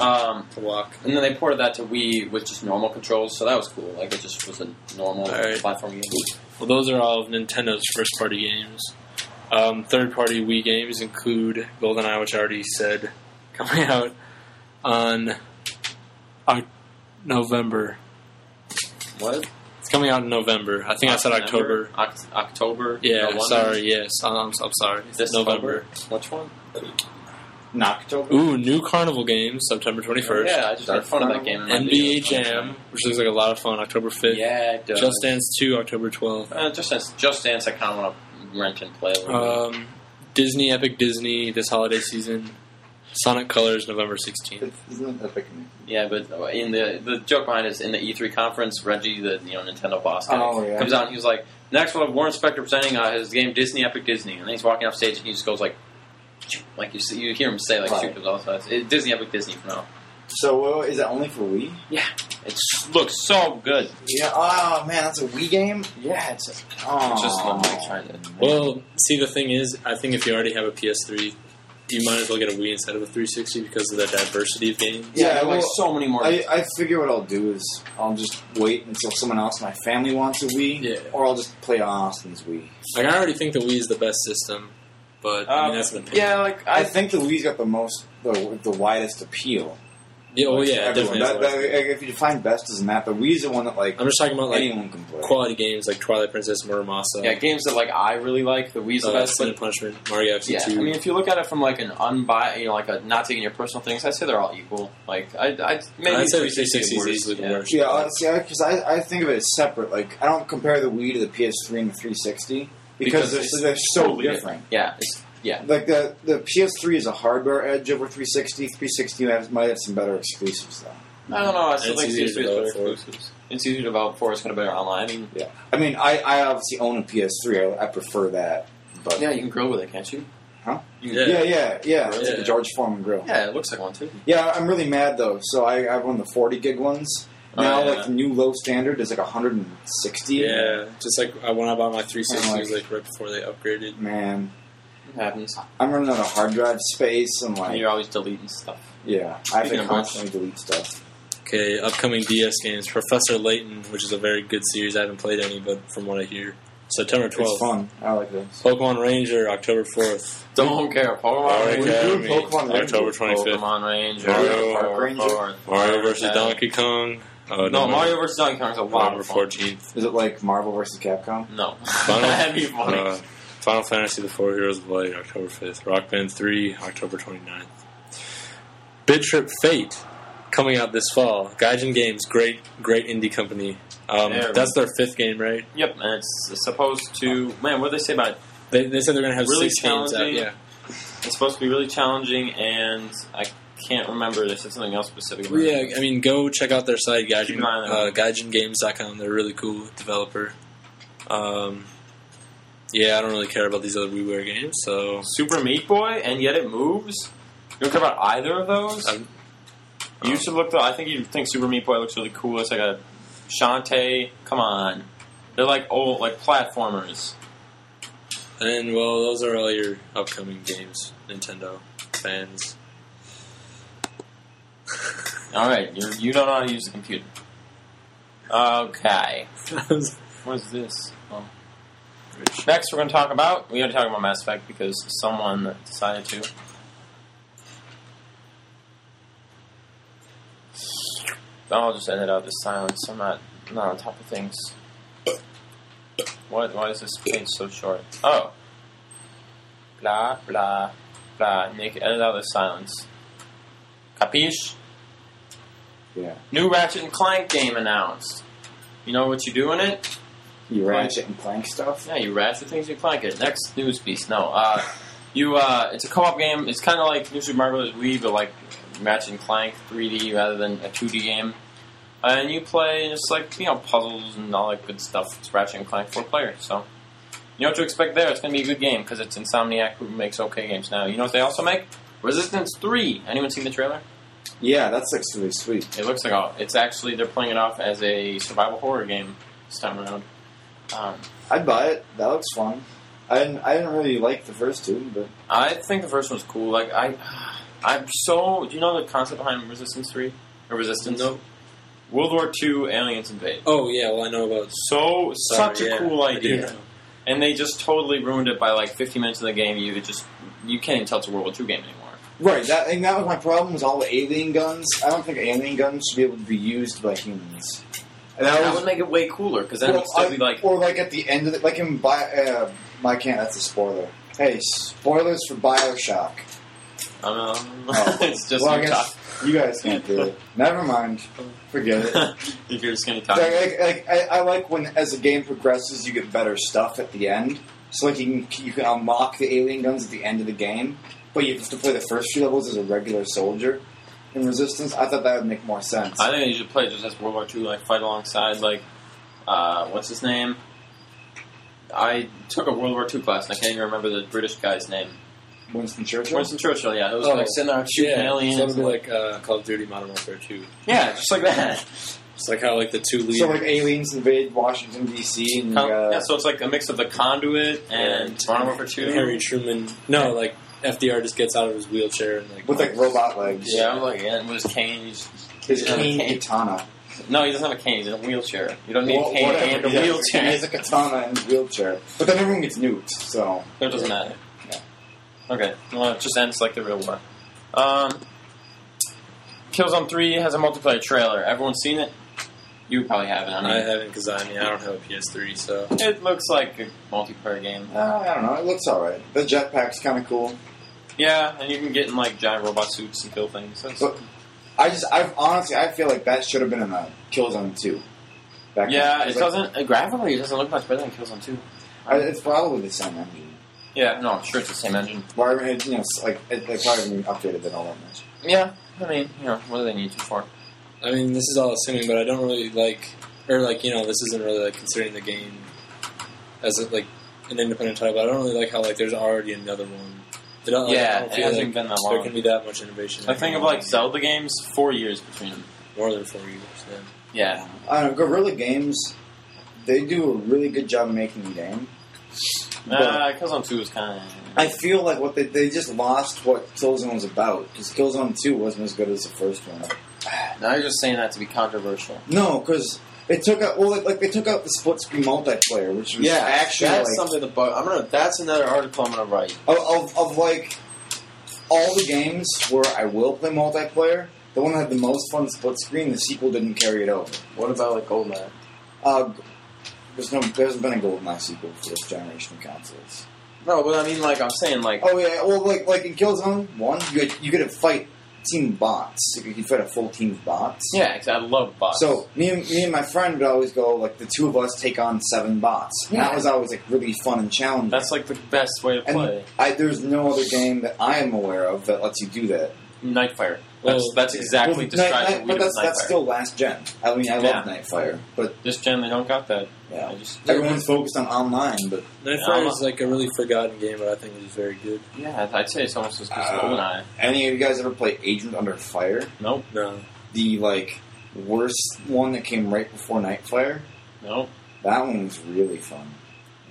Um,
to walk.
and then they ported that to Wii with just normal controls, so that was cool. Like it just was a normal
All right.
platform game.
Well, those are all of Nintendo's first party games. Um, third party Wii games include GoldenEye, which I already said, coming out on Oc November.
What?
It's coming out in November. I think I said October.
Oct- October.
Yeah,
November?
sorry. Yes, I'm, I'm sorry. It's
This
November.
Which one?
Noctober.
Ooh, new Carnival game, September 21st.
Yeah, I just
Dark
made fun of that
Carnival.
game. in my video.
NBA Jam, which looks like a lot of fun, October 5th.
Yeah, it does.
Just Dance 2, October 12th.
Uh, just dance. Just dance. I kind of want to rent and play a little bit.
Um, Disney Epic Disney this holiday season. Sonic Colors November 16th.
It's- Isn't it epic?
Yeah, but in the the joke behind it is in the E3 conference, Reggie, the you know Nintendo boss, guy,
Oh, yeah.
comes out and he was like, "Next we'll have Warren Spector presenting uh, his game Disney Epic Disney," and then he's walking off stage and he just goes like, "Choo," like you see, you hear him say like
Right.
"Shoot," goes all sides. It- Disney Epic Disney for now.
So, uh, is it only for Wii?
It s- looks so good.
Yeah. Oh man, that's a Wii game. Yeah, it's just. Oh.
Just one way trying to.
Well, see, the thing is, I think if you already have a PS3, you might as well get a Wii instead of a 360 because of the diversity of games.
Yeah,
like
well,
so many more.
I, I figure what I'll do is I'll just wait until someone else in my family wants a Wii,
Yeah.
or I'll just play on Austin's Wii.
Like, I already think the Wii is the best system. But I
Uh,
mean, that's an opinion.
yeah, like
I
I
think the Wii's got the most, the, the widest appeal.
Oh, Yeah, well, yeah,
Everyone-
definitely.
that- that- if you define best doesn't matter. The Wii's the one that like
I'm just talking about like
anyone can play.
quality games like Twilight Princess, Murder Masa,
yeah games that like I really like. The Wii's the
uh,
best,
Sin
but
and Punishment, Mario FC
yeah, I
2.
mean if you look at it from like an unbi, you know, like a not taking your personal things, I would say they're all equal. Like I, I maybe
I'd
360
say 360 is
worse,
easily the
yeah.
worst.
Yeah, honestly, because I, I think of it as separate. Like, I don't compare the Wii to the PS3 and the 360
Because
because, they're,
it's
so- they're so
totally
different.
Yeah, it's,
Like, the, the PS3 is a hardware edge over 360. 360 has- might have some better exclusives, though.
I don't know. I
And
still
it's
think
easier to
PS3 is better
develop for.
exclusives. It's easier to develop for. It's going to be better online. I mean,
I mean, I, I obviously own a PS3. I, I prefer that. But
yeah, you can grill with it, can't you?
Huh?
You can,
Yeah.
yeah, yeah. yeah. It's like
Yeah.
a George Foreman grill.
yeah, it looks like one too.
Yeah, I'm really mad, though. So I, I have one of the 40 gig ones.
Oh,
Now,
yeah.
like, the new low standard is like 160.
Yeah, just like I when I bought my 360
I'm
was like right before they upgraded.
Man,
It happens.
I'm running out of hard drive space and,
And
like,
you're always deleting stuff.
Yeah, I have
Speaking
to
of which-
constantly delete stuff.
Okay, upcoming DS games: Professor Layton, which is a very good series. I haven't played any, but from what I hear, September
It's
12th.
fun. I like this.
Pokemon Ranger, October 4th.
Don't care.
Alright,
Oh, Pokemon
we're
yeah,
doing
I mean,
Pokemon Ranger.
October 25th.
Pokemon Ranger.
Mario.
Power
Ranger.
Forward.
Mario versus
Yeah.
Donkey Kong. Uh,
No,
November-
Mario vs. Donkey Kong is a lot
November
of fun.
14th.
Is it like Marvel versus Capcom?
No.
Final-
That'd be funny.
Uh, Final Fantasy The Four Heroes of Light, October 5th. Rock Band 3, October 29th. Bid Trip Fate, coming out this fall. Gaijin Games, great, great indie company. Um,
Yeah,
that's their fifth game, right?
yep, and it's supposed to. Man, what did they say about it?
They, they said they're going to have
Really
six games out.
challenging.
Yeah.
It's supposed to be really challenging, and I can't remember. They said something else specific about it.
Yeah, I mean, go check out their site,
Keep
Gaijin,
an eye on them.
uh, GaijinGames.com. They're a really cool developer. Um, yeah, I don't really care about these other WiiWare games, so
Super Meat Boy, and yet it moves. You don't care about either of those.
I'm-
you should look. Though I think you think Super Meat Boy looks really cool. It's like a Shantae. Come on, they're like old, like platformers.
And well, those are all your upcoming games, Nintendo fans.
All right, you you don't know how to use the computer. Okay, what is this? Oh. Next, we're going to talk about. We already talked about Mass Effect because someone decided to. I'll just edit out this silence. I'm not not on top of things. What? Why is this page so short? Oh, blah blah blah. Nick, edit out the silence. Capiche?
Yeah.
New Ratchet and Clank game announced. You know what you do in it?
You
Right.
ratchet and clank stuff?
Yeah, you ratchet things, you clank it. Next news piece. No, uh, you. Uh, it's a co-op game. It's kind of like New Super Mario Bros. Wii, but like Ratchet and Clank 3D rather than a 2D game. And you play just like you know puzzles and all that good stuff. It's Ratchet and Clank four player, so you know what to expect there. It's going to be a good game because it's Insomniac who makes okay games now. You know what they also make? Resistance Three. Anyone seen the trailer?
Yeah, that looks really sweet.
It looks like all. It's actually they're playing it off as a survival horror game this time around. Um,
I'd buy it. That looks fun. I didn't, I didn't really like the first two, but
I think the first one's cool. Like I, I'm so. Do you know the concept behind Resistance Three or Resistance?
No.
World War Two aliens invade.
Oh yeah, well I know about.
So
Sorry,
such a
yeah,
cool
I do
idea,
know.
and they just totally ruined it by like 50 minutes of the game. You could just you can't even tell it's a World War Two game anymore.
right. That and that was my problem was all the alien guns. I don't think alien guns should be able to be used by humans. And that
That,
was
would make it way cooler because then it
well,
would still
I-
be like
or like at the end of the like in Bi- uh, I can't. That's a spoiler. Hey, spoilers for Bioshock.
I don't know.
Oh.
um, it's just
well, I
you
guess you guys can't do it. Never mind. Forget it.
talk. if you're just gonna talk.
Like, like, like I, I like when as the game progresses, you get better stuff at the end. So like you can you can unlock the alien guns at the end of the game, but you have to play the first few levels as a regular soldier in Resistance. I thought that would make more sense.
I think you should play just as World War II, like fight alongside like uh, what's his name? I took a World War II class and I can't even remember the British guy's name.
Winston Churchill.
Winston Churchill, yeah. It was
Oh,
like sitting there shooting
yeah,
aliens.
So it'll be like uh, Call of Duty Modern Warfare 2.
yeah, just like that.
It's like how like the two lead.
so like aliens invade Washington D.C. and uh, you
Con-
gotta-
yeah, so it's like a mix of the conduit and Modern Warfare Two.
Harry Truman. No, like FDR just gets out of his wheelchair and like
with like robot legs.
Yeah, I'm like, yeah, with his cane. he's-
His
he doesn't have a
cane katana.
cane. No, he doesn't have a cane. He's in a wheelchair. You don't need
Wha-
a cane
whatever,
and a
he has-
wheelchair.
He has a katana and wheelchair, but then everyone gets nuked. So
It doesn't matter.
Yeah.
Okay, well, it just ends like the real war. Um, Killzone 3 has a multiplayer trailer. Everyone's seen it? You probably haven't. I
I
mean,
haven't because I mean I don't have a PS3, so
it looks like a multiplayer game.
Uh, I don't know. It looks alright. The jetpack's kind of cool.
Yeah, and you can get in like giant robot suits and kill things. That's,
But- I just, I honestly, I feel like that should have been in a Killzone two. Back
yeah,
then.
it
Like,
doesn't uh, graphically. It doesn't look much better than Killzone 2.
I, it's probably the same engine.
Yeah, no, I'm sure it's the same engine.
Well, I mean, it, you know, it's like it, they probably haven't updated it all that much.
Yeah, I mean, you know, what do they need you for?
I mean this is all assuming, but I don't really like or like you know this isn't really like considering the game as a, like an independent title. But I don't really like how like there's already another one. I don't, like, I
yeah,
don't
it
feel
hasn't
like
been that
there
long.
can be that much innovation.
I think of like Zelda games, four years between them.
more than four years. Then
Yeah,
I don't know. Guerrilla Games, they do a really good job making the game.
uh, Killzone Two was kind of.
I feel like what they, they just lost what Killzone was about because Killzone two wasn't as good as the first one.
Now you're just saying that to be controversial.
No, because they took out well, like, like they took out the split screen multiplayer, which was
Yeah,
actually
that's
like,
something to bug. I'm gonna. That's another article I'm gonna write.
of, of, of like all the games where I will play multiplayer, the one that had the most fun split screen, the sequel didn't carry it over.
What about like old man?
Uh, there's no, there hasn't been a GoldenEye sequel for this generation of consoles.
No, but I mean, like I'm saying, like
Oh yeah, well, like like in Killzone One, you could, you could fight team bots. You could fight a full team of bots.
yeah, 'cause I love bots.
So me and, me and my friend would always go like the two of us take on seven bots. And that
Yeah.
was always like really fun and challenging.
that's like the best way to
And-
play
I, there's no other game that I am aware of that lets you do that.
Nightfire.
Well,
That's that's exactly
Well,
described.
Night-
what
Night-
we
but
did with
that's, that's
Nightfire.
still last gen. I mean, I
Yeah.
love Nightfire, but
This gen they don't got that.
yeah,
I just
everyone's focused on online. But
Nightfire
Yeah,
is like a really forgotten game, but I think it is very good.
yeah, I'd say it's almost as good as
Uh,
Goldeneye.
any of you guys ever play Agent Under Fire?
Nope,
No,
The like worst one that came right before Nightfire.
nope.
That one was really fun.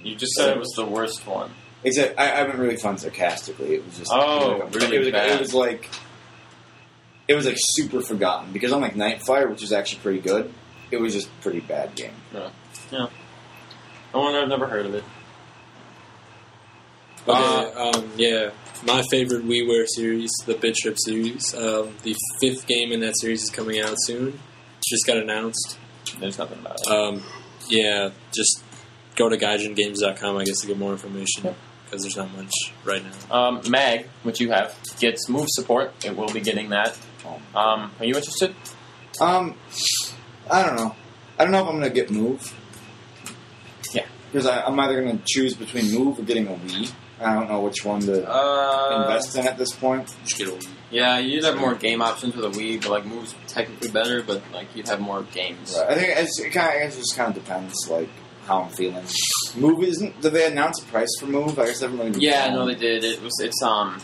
You just said it was the worst one.
Except I, I meant really fun sarcastically. It was just
Oh,
it was like,
really
it, was,
bad.
it was like it was like super forgotten because unlike Nightfire, which is actually pretty good, it was just a pretty bad game.
No one I've never heard of it.
Okay,
Uh,
um, yeah. My favorite WiiWare series, the Bit Trip series. Um, the fifth game in that series is coming out soon. Just got announced.
There's nothing about it.
Um, yeah, just go to GaijinGames.com, I guess, to get more information because there's not much right now.
Um, Mag, which you have, gets move support. It will be getting that. Um, are you interested?
Um, I don't know. I don't know if I'm gonna get Move.
Yeah.
because I'm either gonna choose between Move or getting a Wii. I don't know which one to
Uh,
invest in at this point.
Just get a Wii.
Yeah, you'd have more game options with a Wii, but like moves technically better, but like you'd have more games.
I think it's, it kind of it just kind of depends like how I'm feeling. Move isn't. Did they announce a price for Move? I guess they haven't really.
Yeah, no, they did. It was it's um,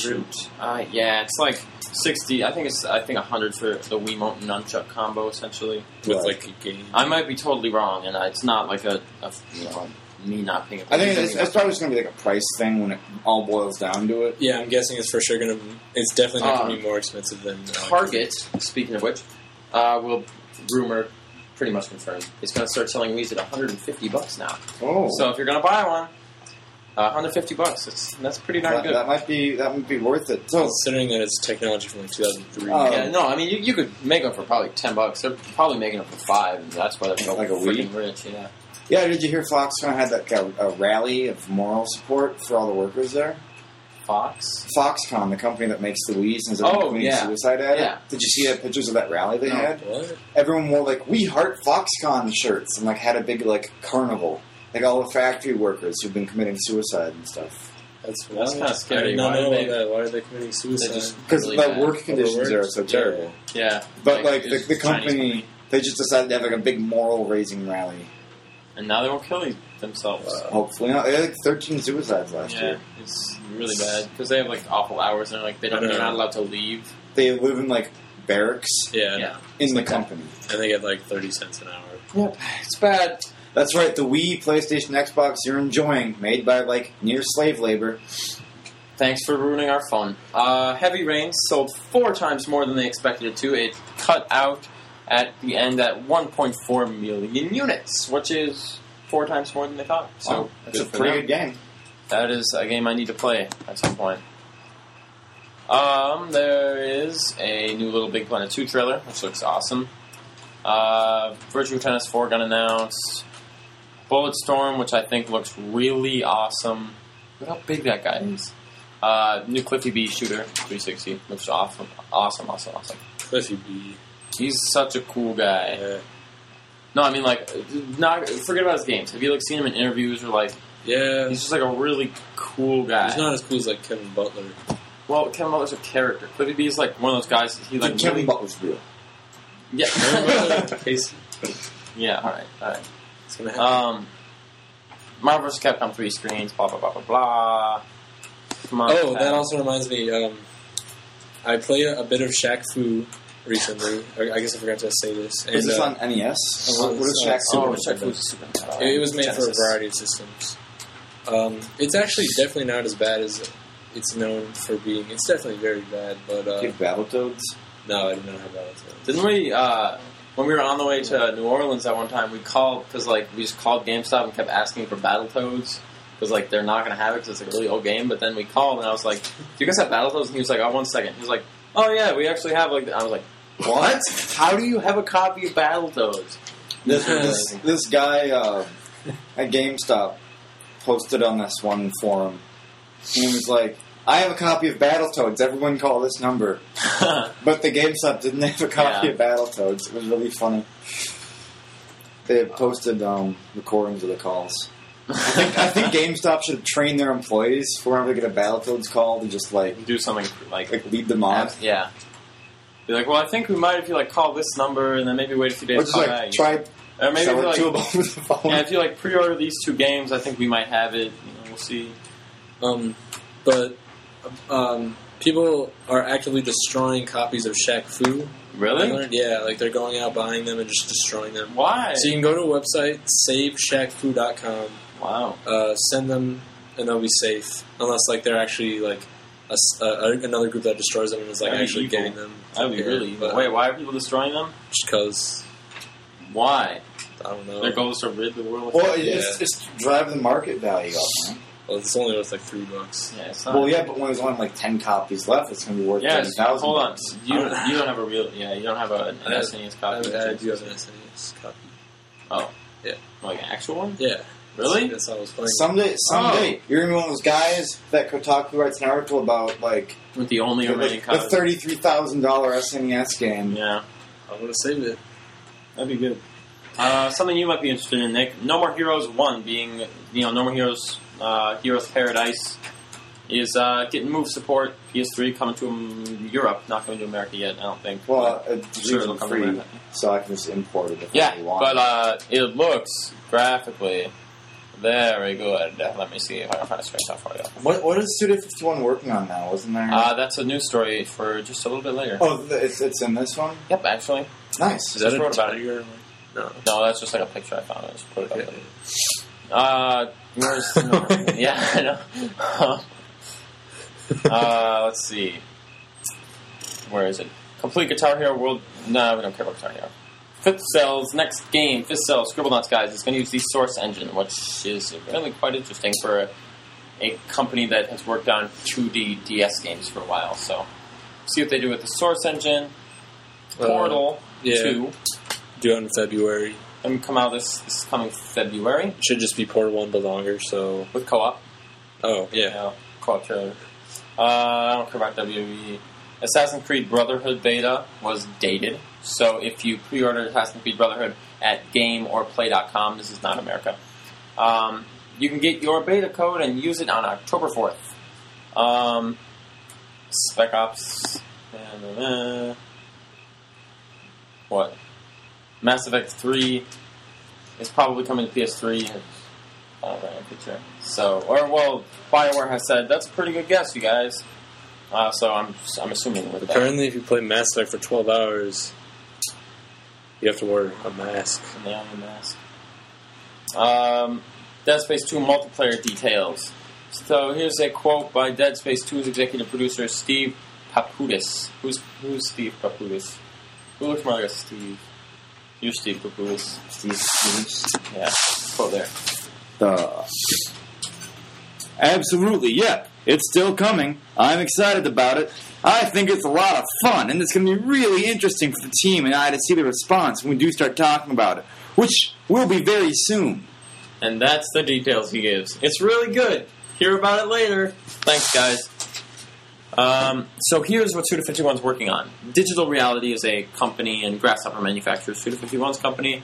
shoot, uh, yeah, it's like sixty. I think it's I think hundred for the Wiimote and nunchuck combo essentially.
With,
Right.
like, a game.
I might be totally wrong, and uh, it's not like a, a you know me not paying.
I think
attention.
it's, it's probably just gonna be like a price thing when it all boils down to it.
Yeah, I'm guessing it's for sure going to. It's definitely not going
Um,
to be more expensive than. uh,
Target, speaking of which, uh, will rumor pretty much confirmed. It's going to start selling Wii's at 150 bucks now.
Oh,
So if you're going to buy one, uh, 150 bucks. It's, that's pretty darn
that,
good.
that might be that might be worth it. So
Considering that it's technology from like 2003.
Oh.
yeah, no, I mean you, you could make them for probably 10 bucks. They're probably making them for five, and that's why they're so
Like a Wii?
freaking rich. Yeah.
yeah, did you hear Foxconn had that uh, a rally of moral support for all the workers there?
Fox.
Foxconn, the company that makes the Wii's and is like
Oh,
committing
yeah.
suicide at
Yeah.
it. Did you see that pictures of that rally they
No.
had?
What?
Everyone wore like "We Heart Foxconn" shirts and like had a big like carnival, like all the factory workers who've been committing suicide and stuff
That's,
That's
wild.
kinda scary.
I did not
Why
know
do
about
they-
that. Why are they committing
They
suicide?
just
because
really
the
bad.
work conditions are so
Yeah.
terrible.
Yeah,
But like the,
it's
the
Chinese
company, they just decided to have like a big moral raising rally.
and now they won't kill themselves.
Wow.
Hopefully, not. they had like 13 suicides last
yeah,
year.
it's really bad because they have like awful hours, and they're like they don't,
I know.
they're not allowed to leave.
They live in like barracks
Yeah,
Yeah.
in the
like that.
company.
and they get like 30 cents an hour.
Yep, it's bad.
That's right. The Wii, PlayStation, Xbox you're enjoying, made by like near slave labor.
Thanks for ruining our fun. Uh, Heavy Rain sold four times more than they expected it to. It cut out at the end at 1.4 million units, which is four times more than they thought. So
So it's Oh, a
good for
pretty
them.
good game.
that is a game I need to play at some point. Um, there is a new Little Big Planet 2 trailer, which looks awesome. Uh, Virtual Tennis 4 got announced. Bulletstorm, which I think looks really awesome. Look how big that guy is. Uh, new Cliffy B shooter 360 looks awesome, awesome, awesome, awesome.
Cliffy B.
He's such a cool guy.
Yeah.
No, I mean like, not forget about his games. Have you like seen him in interviews or like?
Yeah.
He's
He's
just like a really cool guy.
not as cool as like Kevin Butler.
Well, Kevin Butler's a character. Cliffy B is like one of those guys. He like
Kevin
really,
Butler's real.
Kevin
yeah,
Butler, Casey.
yeah. All right, all right.
It's gonna happen.
Um, Marvel vs. Capcom three screens. Blah blah blah blah blah. Come on,
oh, that
Pat.
also reminds me. Um, I played a bit of Shaq Fu recently. I I guess I forgot to say this. And,
Is this
uh,
on NES?
Oh,
What- what is
it's, uh,
Shaq
Oh,
Super
Shaq
Nintendo?
Fu's Super Nintendo.
It, it was made for a
Genesis.
variety of systems. Um, it's actually definitely not as bad as it's known for being. It's definitely very bad, but
Do you
uh,
have Battletoads?
no, I didn't know how bad it was.
Didn't we? Uh, when we were on the way to New Orleans that one time, we called because like we just called GameStop and kept asking for Battletoads because like they're not gonna have it because it's like a really old game. But then we called and I was like, "Do you guys have Battletoads?" And he was like, "Oh, one second. He was like, "Oh yeah, we actually have like." I was like, "What? How do you have a copy of Battletoads?"
This,
Yeah.
this, this guy uh, at GameStop posted on this one forum. He was like, I have a copy of Battletoads. Everyone call this number. But the GameStop didn't have a copy
Yeah.
of Battletoads. It was really funny. They had posted um, recordings of the calls. I think, I think GameStop should train their employees for whenever they get a Battletoads call to just like
do something like
like lead them on.
yeah. Be like, well, I think we might if you like call this number and then maybe wait a few days.
Or
to
just
call
like
back.
try
or maybe if you,
selling
like,
to them over the phone.
yeah, if you like pre-order these two games, I think we might have it. You know, we'll see.
Um, but um, people are actively destroying copies of Shaq Fu. I learned, yeah, like they're going out buying them and just destroying them.
Why?
So you can go to a website, saveshaqfu.com,
wow.
uh, send them, and they'll be safe. Unless like they're actually like a s a a another group that destroys them and is like
That'd be
actually
evil.
getting them.
That would be
Yeah,
really evil.
but-
Wait, why are people destroying them?
Just because
Why?
I don't know.
Their goal is to rid the world of
Well,
it,
it's, it's drive the market value up. man.
Well, it's only worth like three bucks.
yeah, it's not.
Well, yeah, but when there's only like ten copies left, it's going to be worth
yeah,
ten
it's-
thousand.
hold on. You don't, you don't have a real. Yeah, you don't have a, an
I-
SNES
I,
copy.
I do have an SNES copy.
Like an actual one?
Yeah,
Really?
That's how I was playing.
Someday,
Oh.
someday, you're gonna be one of those guys that Kotaku writes an article about like
With the only
the,
remaining
like, the
copy.
thirty-three thousand dollar SNES game.
Yeah,
I'm gonna save it.
that'd be good. Uh, something you might be interested in, Nick. No More Heroes One, being you know No More Heroes, uh, Heroes Paradise, is uh, getting move support. PS3 coming to um, Europe, not coming to America yet. I don't think.
Well, it's
Sure, it'll
region
come
free,
around.
so I can just import it if
Yeah,
I want.
but uh, it looks graphically very good. Let me see if I can find a screenshot for you.
what what is Studio Fifty One working on now? Wasn't there?
Uh, that's a news story for just a little bit later.
oh, th- it's it's in this one.
Yep, actually.
Nice.
Is that a
tiger? No.
No, that's just like a picture I found. I just put it up there. Uh, where's, no, yeah, I know. uh, let's see. Where is it? Complete Guitar Hero World. No, we don't care about Guitar Hero. Fifth Cell's next game, Fifth Cell Scribble Nuts Guys, is going to use the Source Engine, which is really quite interesting for a, a company that has worked on 2D DS games for a while. So, see what they do with the Source Engine.
Uh,
Portal
yeah.
2.
Due out in February.
And come out this, this coming February
It should just be Portal One, but longer. So.
with co op.
Oh yeah.
Yeah, co-op trailer. Uh, I don't care about WWE. Assassin's Creed Brotherhood beta was dated, so if you pre-order Assassin's Creed Brotherhood at game or play.com, this is not America, um, you can get your beta code and use it on October 4th. Um, Spec Ops. eh, meh, meh. What? Mass Effect 3 is probably coming to PS3. All right, good check. So, or well, Bioware has said that's a pretty good guess, you guys. Uh, so I'm I'm assuming with that.
Apparently, if you play Mass Effect for twelve hours, you have to wear a mask.
and they own the mask. Um, Dead Space 2 multiplayer details. So here's a quote by Dead Space 2's executive producer Steve Papoudis. Who's who's Steve Papoudis? Who looks more like a Steve? You're Steve Papoudis.
Steve Stevens,
Yeah, quote there.
the
uh, Absolutely, yep. It's still coming. I'm excited about it. I think it's a lot of fun, and it's going to be really interesting for the team and I to see the response when we do start talking about it, which will be very soon.
And that's the details he gives. It's really good. Hear about it later. Thanks, guys. Um, so here's what Suda 51's working on. Digital Reality is a company and Grasshopper manufactures Suda 51's company,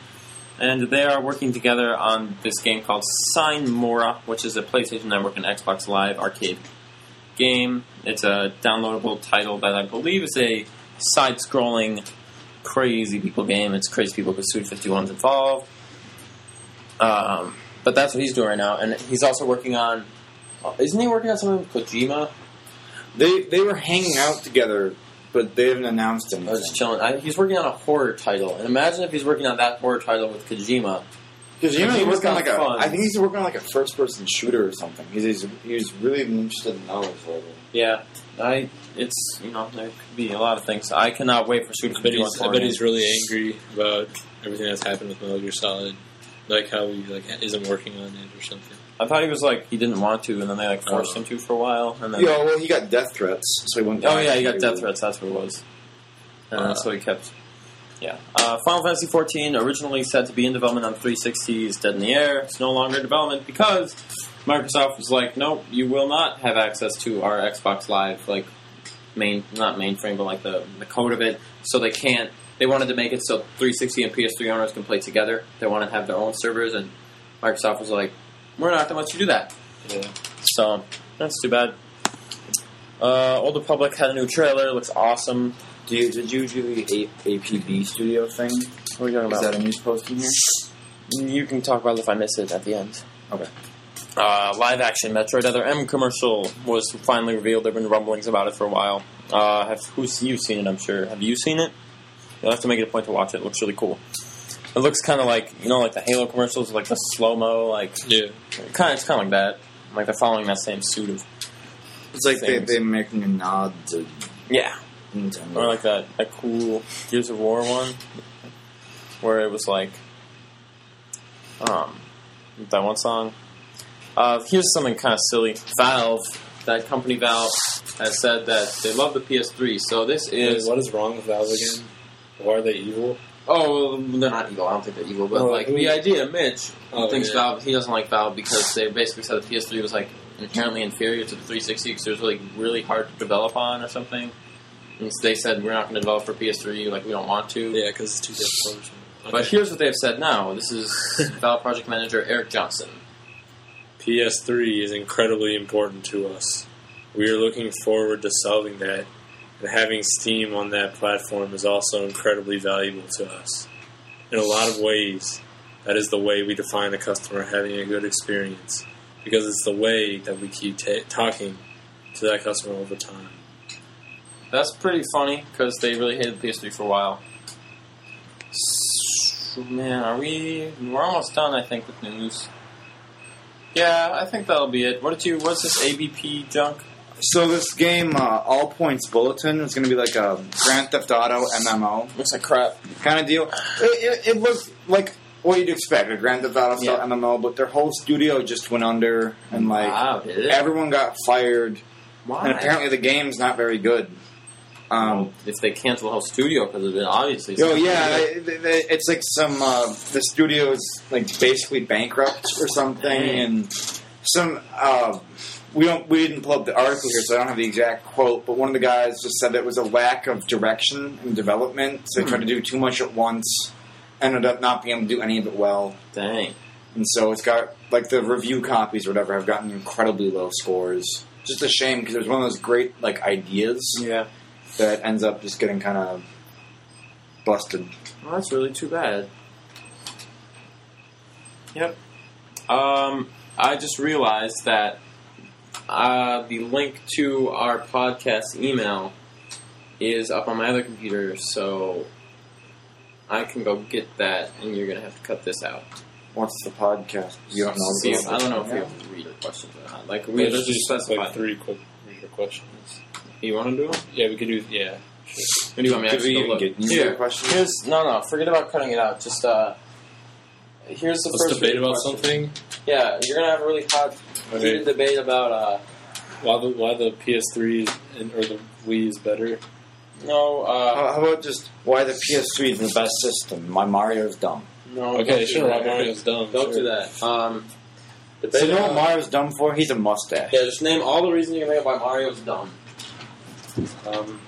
and they are working together on this game called Sign Mora, which is a PlayStation Network and Xbox Live arcade game. It's a downloadable title that I believe is a side-scrolling crazy people game. It's crazy people because Suda 51's involved. Um, but that's what he's doing right now, and he's also working on. uh, Isn't he working on something with Kojima?
They they were hanging out together, but they haven't announced
I
anything.
was just chilling. I, he's working on a horror title, and imagine if he's working on that horror title with Kojima.
Because you know
He
he's
was
working
got
on like a.
fun.
I think he's working on like a first person shooter or something. He's he's, he's really interested in those. Really.
Yeah, I. It's you know there could be a lot of things. I cannot wait for Suda
I bet, he's,
51's
I
horror
bet
game.
he's really angry about everything that's happened with Metal Gear Solid, like how he like isn't working on it or something.
I thought he was like he didn't want to, and then they like forced him to for a while, and then
Yeah, well, he got death threats, so he went.
oh yeah, he got death threats. That's what it was, and
Uh,
that's what he kept. Yeah, uh, Final Fantasy XIV originally set to be in development on 360 is dead in the air. It's no longer in development because Microsoft was like, nope, you will not have access to our Xbox Live like main not mainframe but like the, the code of it so they can't they wanted to make it so 360 and ps3 owners can play together they want to have their own servers and microsoft was like we're not going to let you do that
Yeah.
so that's too bad uh, old republic had a new trailer it looks awesome
Do you, did you do the A- APB studio thing?
what are we talking
Is that a news posting here?
you can talk about it if i miss it at the end
Okay.
uh, live action Metroid Other M commercial was finally revealed. There have been rumblings about it for a while. Uh, have who's you've seen it? I'm sure. Have you seen it? You'll have to make it a point to watch it. It looks really cool. It looks kind of like you know, like the Halo commercials, like the slow mo, like
Yeah.
kind of it's kind of like that. Like they're following that same suit of
It's like they,
Things.
they're making a nod to
yeah,
Nintendo.
or like that that cool Gears of War one, where it was like, um, that one song. Uh, here's something kind of silly. Valve, that company Valve, has said that they love the PS3. So this is
what is wrong with Valve again? Why are they evil?
oh, they're not evil. I don't think they're evil, but
Oh,
like
who-
the idea, Mitch
Oh,
thinks
yeah.
Valve. He doesn't like Valve because they basically said the PS3 was like inherently inferior to the 360 because it was really really hard to develop on or something. And so they said we're not going to develop for PS3, like we don't want to.
Yeah, because it's too difficult.
But here's what they've said now. This is Valve project manager Eric Johnson.
PS3 is incredibly important to us. We are looking forward to solving that, and having Steam on that platform is also incredibly valuable to us. In a lot of ways, that is the way we define a customer having a good experience, because it's the way that we keep ta talking to that customer over time.
That's pretty funny because they really hated PS3 for a while. S- Man, are we? We're almost done, I think, with news. Yeah, I think that'll be it. What did you? What's this ABP junk?
So this game, uh, All Points Bulletin, is going to be like a Grand Theft Auto MMO
Looks like crap.
kind of deal. It, it, it looks like what you'd expect—a Grand Theft Auto style
Yeah.
MMO. But their whole studio just went under, and like
wow, did it?
everyone got fired,
Why?
and apparently the game's not very good. Um,
if they cancel the whole studio because of it, obviously.
Oh yeah, it- it- it's like some uh, the studio is like basically bankrupt or something, and some uh, we don't we didn't pull up the article here, so I don't have the exact quote. But one of the guys just said that it was a lack of direction and development. So they tried to do too much at once, ended up not being able to do any of it well,
Dang.
and so it's got like the review copies or whatever have gotten incredibly low scores. Just a shame because it was one of those great like ideas
Yeah.
that ends up just getting kind of busted.
Well, that's really too bad. Yep. Um, I just realized that uh, the link to our podcast email is up on my other computer, so I can go get that, and you're gonna have to cut this out.
What's the podcast? You don't know.
See if-
the
I don't know if we have reader questions or not. Like we
Let's
there's just
like
specified.
three quick reader questions.
You want to do it?
Yeah, we could do. Yeah,
Or do you want me to
Did
actually
we
go
even
look?
get news
Here.
questions?
Here's no, no. Forget about cutting it out. Just uh, here's the
let's
first
debate
reader
about
question.
something.
Yeah, you're gonna have a really hot
Right.
Heated debate about uh,
Why the why the PS3 is- and, or the Wii is better?
No, uh,
How, how about just why the PS3 is the best system? My Mario's dumb.
no.
Okay,
don't
sure.
Do
Why
that.
Mario's dumb?
Don't
sure.
do that. Um, debate
So you know
about-
what Mario's dumb for? He's a mustache.
yeah, just name all the reasons you can make why Mario's dumb. Um,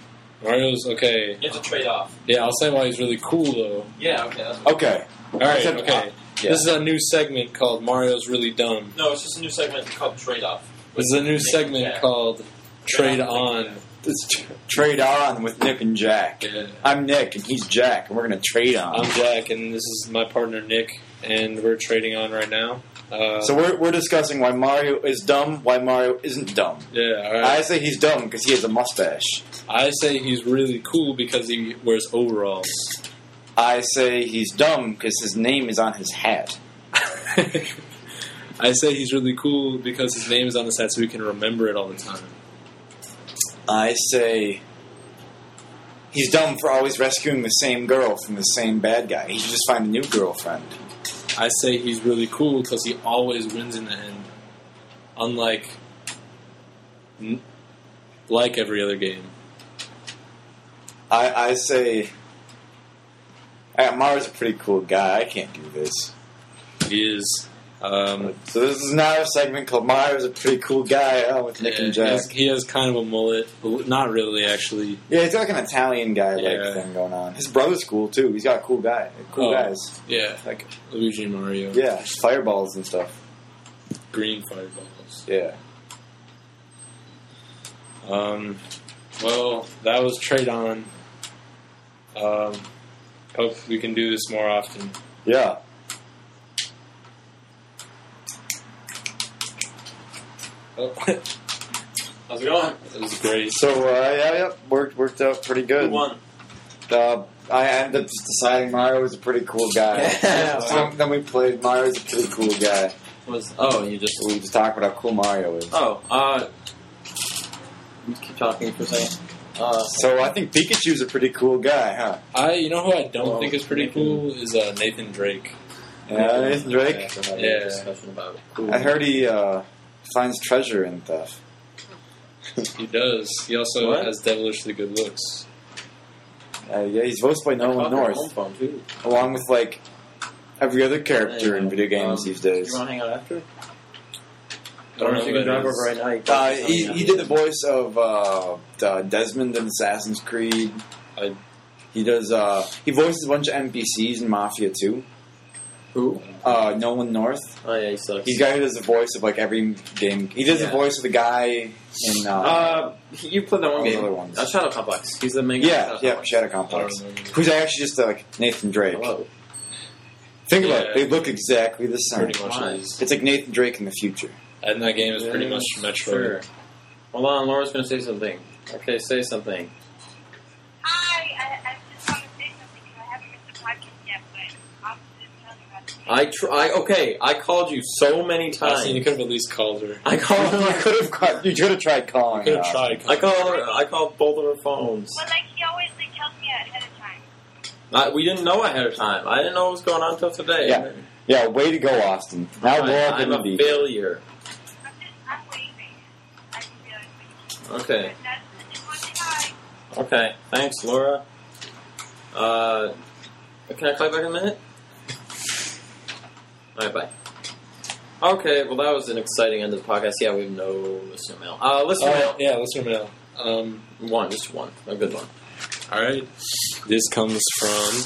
Mario's okay.
it's a trade off.
Yeah, I'll say why he's really cool though.
Yeah, okay. That's
Okay.
All right,
Except-
okay.
yeah.
This is a new segment called Mario's really dumb.
no, it's just a new segment called Trade Off.
This is a new segment
Yeah.
called Trade
Yeah.
On.
Let's tr- trade on with Nick and Jack.
Yeah.
I'm Nick and he's Jack, and we're gonna trade on.
I'm Jack, and this is my partner Nick, and we're trading on right now. Uh,
so we're, we're discussing why Mario is dumb, why Mario isn't dumb.
yeah, all
I
right.
say he's dumb because he has a mustache.
I, say he's really cool because he wears overalls.
I say he's dumb because his name is on his hat.
I say he's really cool because his name is on the set, so we can remember it all the time.
I say he's dumb for always rescuing the same girl from the same bad guy. He should just find a new girlfriend.
I say he's really cool because he always wins in the end, unlike n- like every other game.
I, I say "Ah, Mario's a pretty cool guy. I can't do this.
He is. Um,
So this is now a segment called Mario's a pretty cool guy oh, with Nick
yeah,
and
he,
Jack.
has, he has kind of a mullet, but not really actually.
Yeah, he's got like an Italian guy like
Yeah.
thing going on. His brother's cool too. He's got a cool guy, cool
Oh.
guys.
Yeah,
Like
Luigi and Mario,
yeah, fireballs and stuff.
green fireballs.
Yeah.
Um, well, that was trade on. Um, hope we can do this more often.
Yeah.
Oh, it
How's it going?
was great.
So uh, yeah, yeah, worked worked out pretty
Who
good.
won?
Uh, I ended up just deciding Mario was a pretty cool guy.
Yeah.
So then we played Mario's a pretty cool guy.
Was oh you just
We just talked about how cool Mario is.
oh uh. you Keep talking for a second. Uh,
So I think Pikachu's a pretty cool guy, huh?
I, you know who I don't
Well,
think is pretty
Nathan-
cool is uh, Nathan Drake.
Yeah, isn't Drake?
Yeah. we're having
Yeah.
a discussion about
I heard he uh, finds treasure and stuff.
He does. He also
What?
has devilishly good looks.
Uh, yeah, he's voiced by Nolan
Oh,
Fuck your
North,
Home phone too.
along with like every other character
Hey,
in video games
um,
these
Do
days.
you want to hang out after?
I don't know
if you
who
can
that
drive
is.
over right now. You can
Uh,
tell
he,
me.
he did the voice of uh, uh, Desmond in Assassin's Creed.
I-
he does. Uh, he voices a bunch of NPCs in Mafia 2.
Who?
Uh, Nolan North.
Oh yeah, he sucks.
He's the guy who does the voice of like every game. He does
Yeah.
the voice of the guy in. Uh,
Uh, he- you played that one
all the
game.
other ones.
Uh, Shadow Complex. He's the main guy.
yeah,
Shadow
yeah,
Complex.
Shadow
I don't
Complex.
know.
Who's actually just uh, like Nathan Drake.
Hello.
Think about
Yeah.
it. They look exactly the same.
Pretty much
Why?
is.
It's like Nathan Drake in the future.
And that game is pretty
Yeah,
much Metroid.
Sure. Hold on, Laura's gonna say something. Okay, say something.
Hi, I, I just want to say something because I haven't missed the podcast yet, but I'm just telling you about it.
I try. Okay, I called you so many
Austin, Ah, you
times.
could have at least called her.
I
you
called.
could have caught, you could have tried calling. uh,
Could
it
have
off.
tried.
I called. her- I called both of her phones.
But like he always like tells me ahead of time.
I, we didn't know ahead of time. I didn't know what was going on until today.
Yeah. Yeah, way to go, Austin. Now Laura
I, am
can
a
be.
failure.
I'm just I'm waving. I can feel it.
Okay.
But that's I just want to say hi.
Okay. Thanks, Laura. Uh, can I call you back in a minute? All right. Bye. Okay. Well, that was an exciting end of the podcast. Yeah, we have no listener mail. Uh, listener
Oh,
mail.
yeah, listener mail. Um,
One, just one, a good one.
all right. This comes from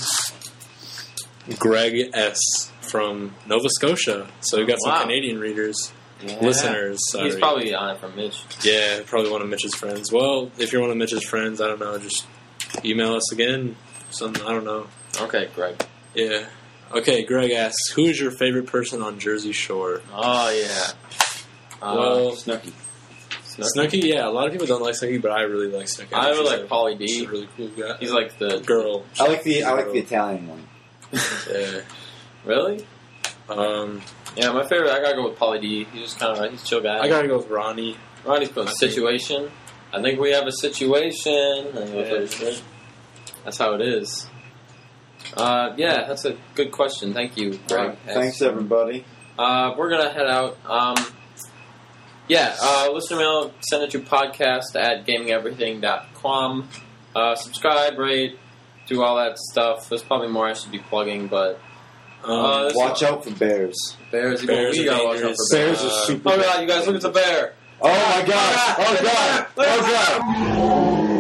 Greg S. from Nova Scotia. So we got some
Wow.
Canadian readers, listeners. Sorry.
He's probably on it from Mitch.
Yeah, probably one of Mitch's friends. Well, if you're one of Mitch's friends, I don't know, just email us again. Some I don't know.
Okay, Greg.
Yeah. Okay, Greg asks, who is your favorite person on Jersey Shore?
Oh yeah. Uh,
well,
Snooki.
Snooki.
Snooki, yeah, a lot of people don't like Snooki, but I really like Snooki.
I would
She's
like
a-
Polly
she's
D.
a really cool guy.
He's like the
girl.
I like the I like the Italian one.
Yeah.
Really?
Um,
Yeah, my favorite. I gotta go with Polly D. He's just kind of he's a chill guy.
I gotta go with Ronnie.
Ronnie's put
I think-
situation. I think we have a situation. And that's
Yeah.
what- That's how it is. Uh, yeah, that's a good question. Thank you, Greg.
Thanks everybody.
Uh, we're gonna head out. Um, Yeah, uh, listener mail, send it to podcast at gamingeverything.com. Uh, subscribe, rate, do all that stuff. There's probably more I should be plugging, but
Um,
Uh,
Watch out for bears.
bears, even
Bears
we
are
gotta watch out
dangerous.
for
Bears are
Uh,
super
Oh, God, you guys, look at the bear.
Oh my god! Oh god! Oh god!
Oh, God.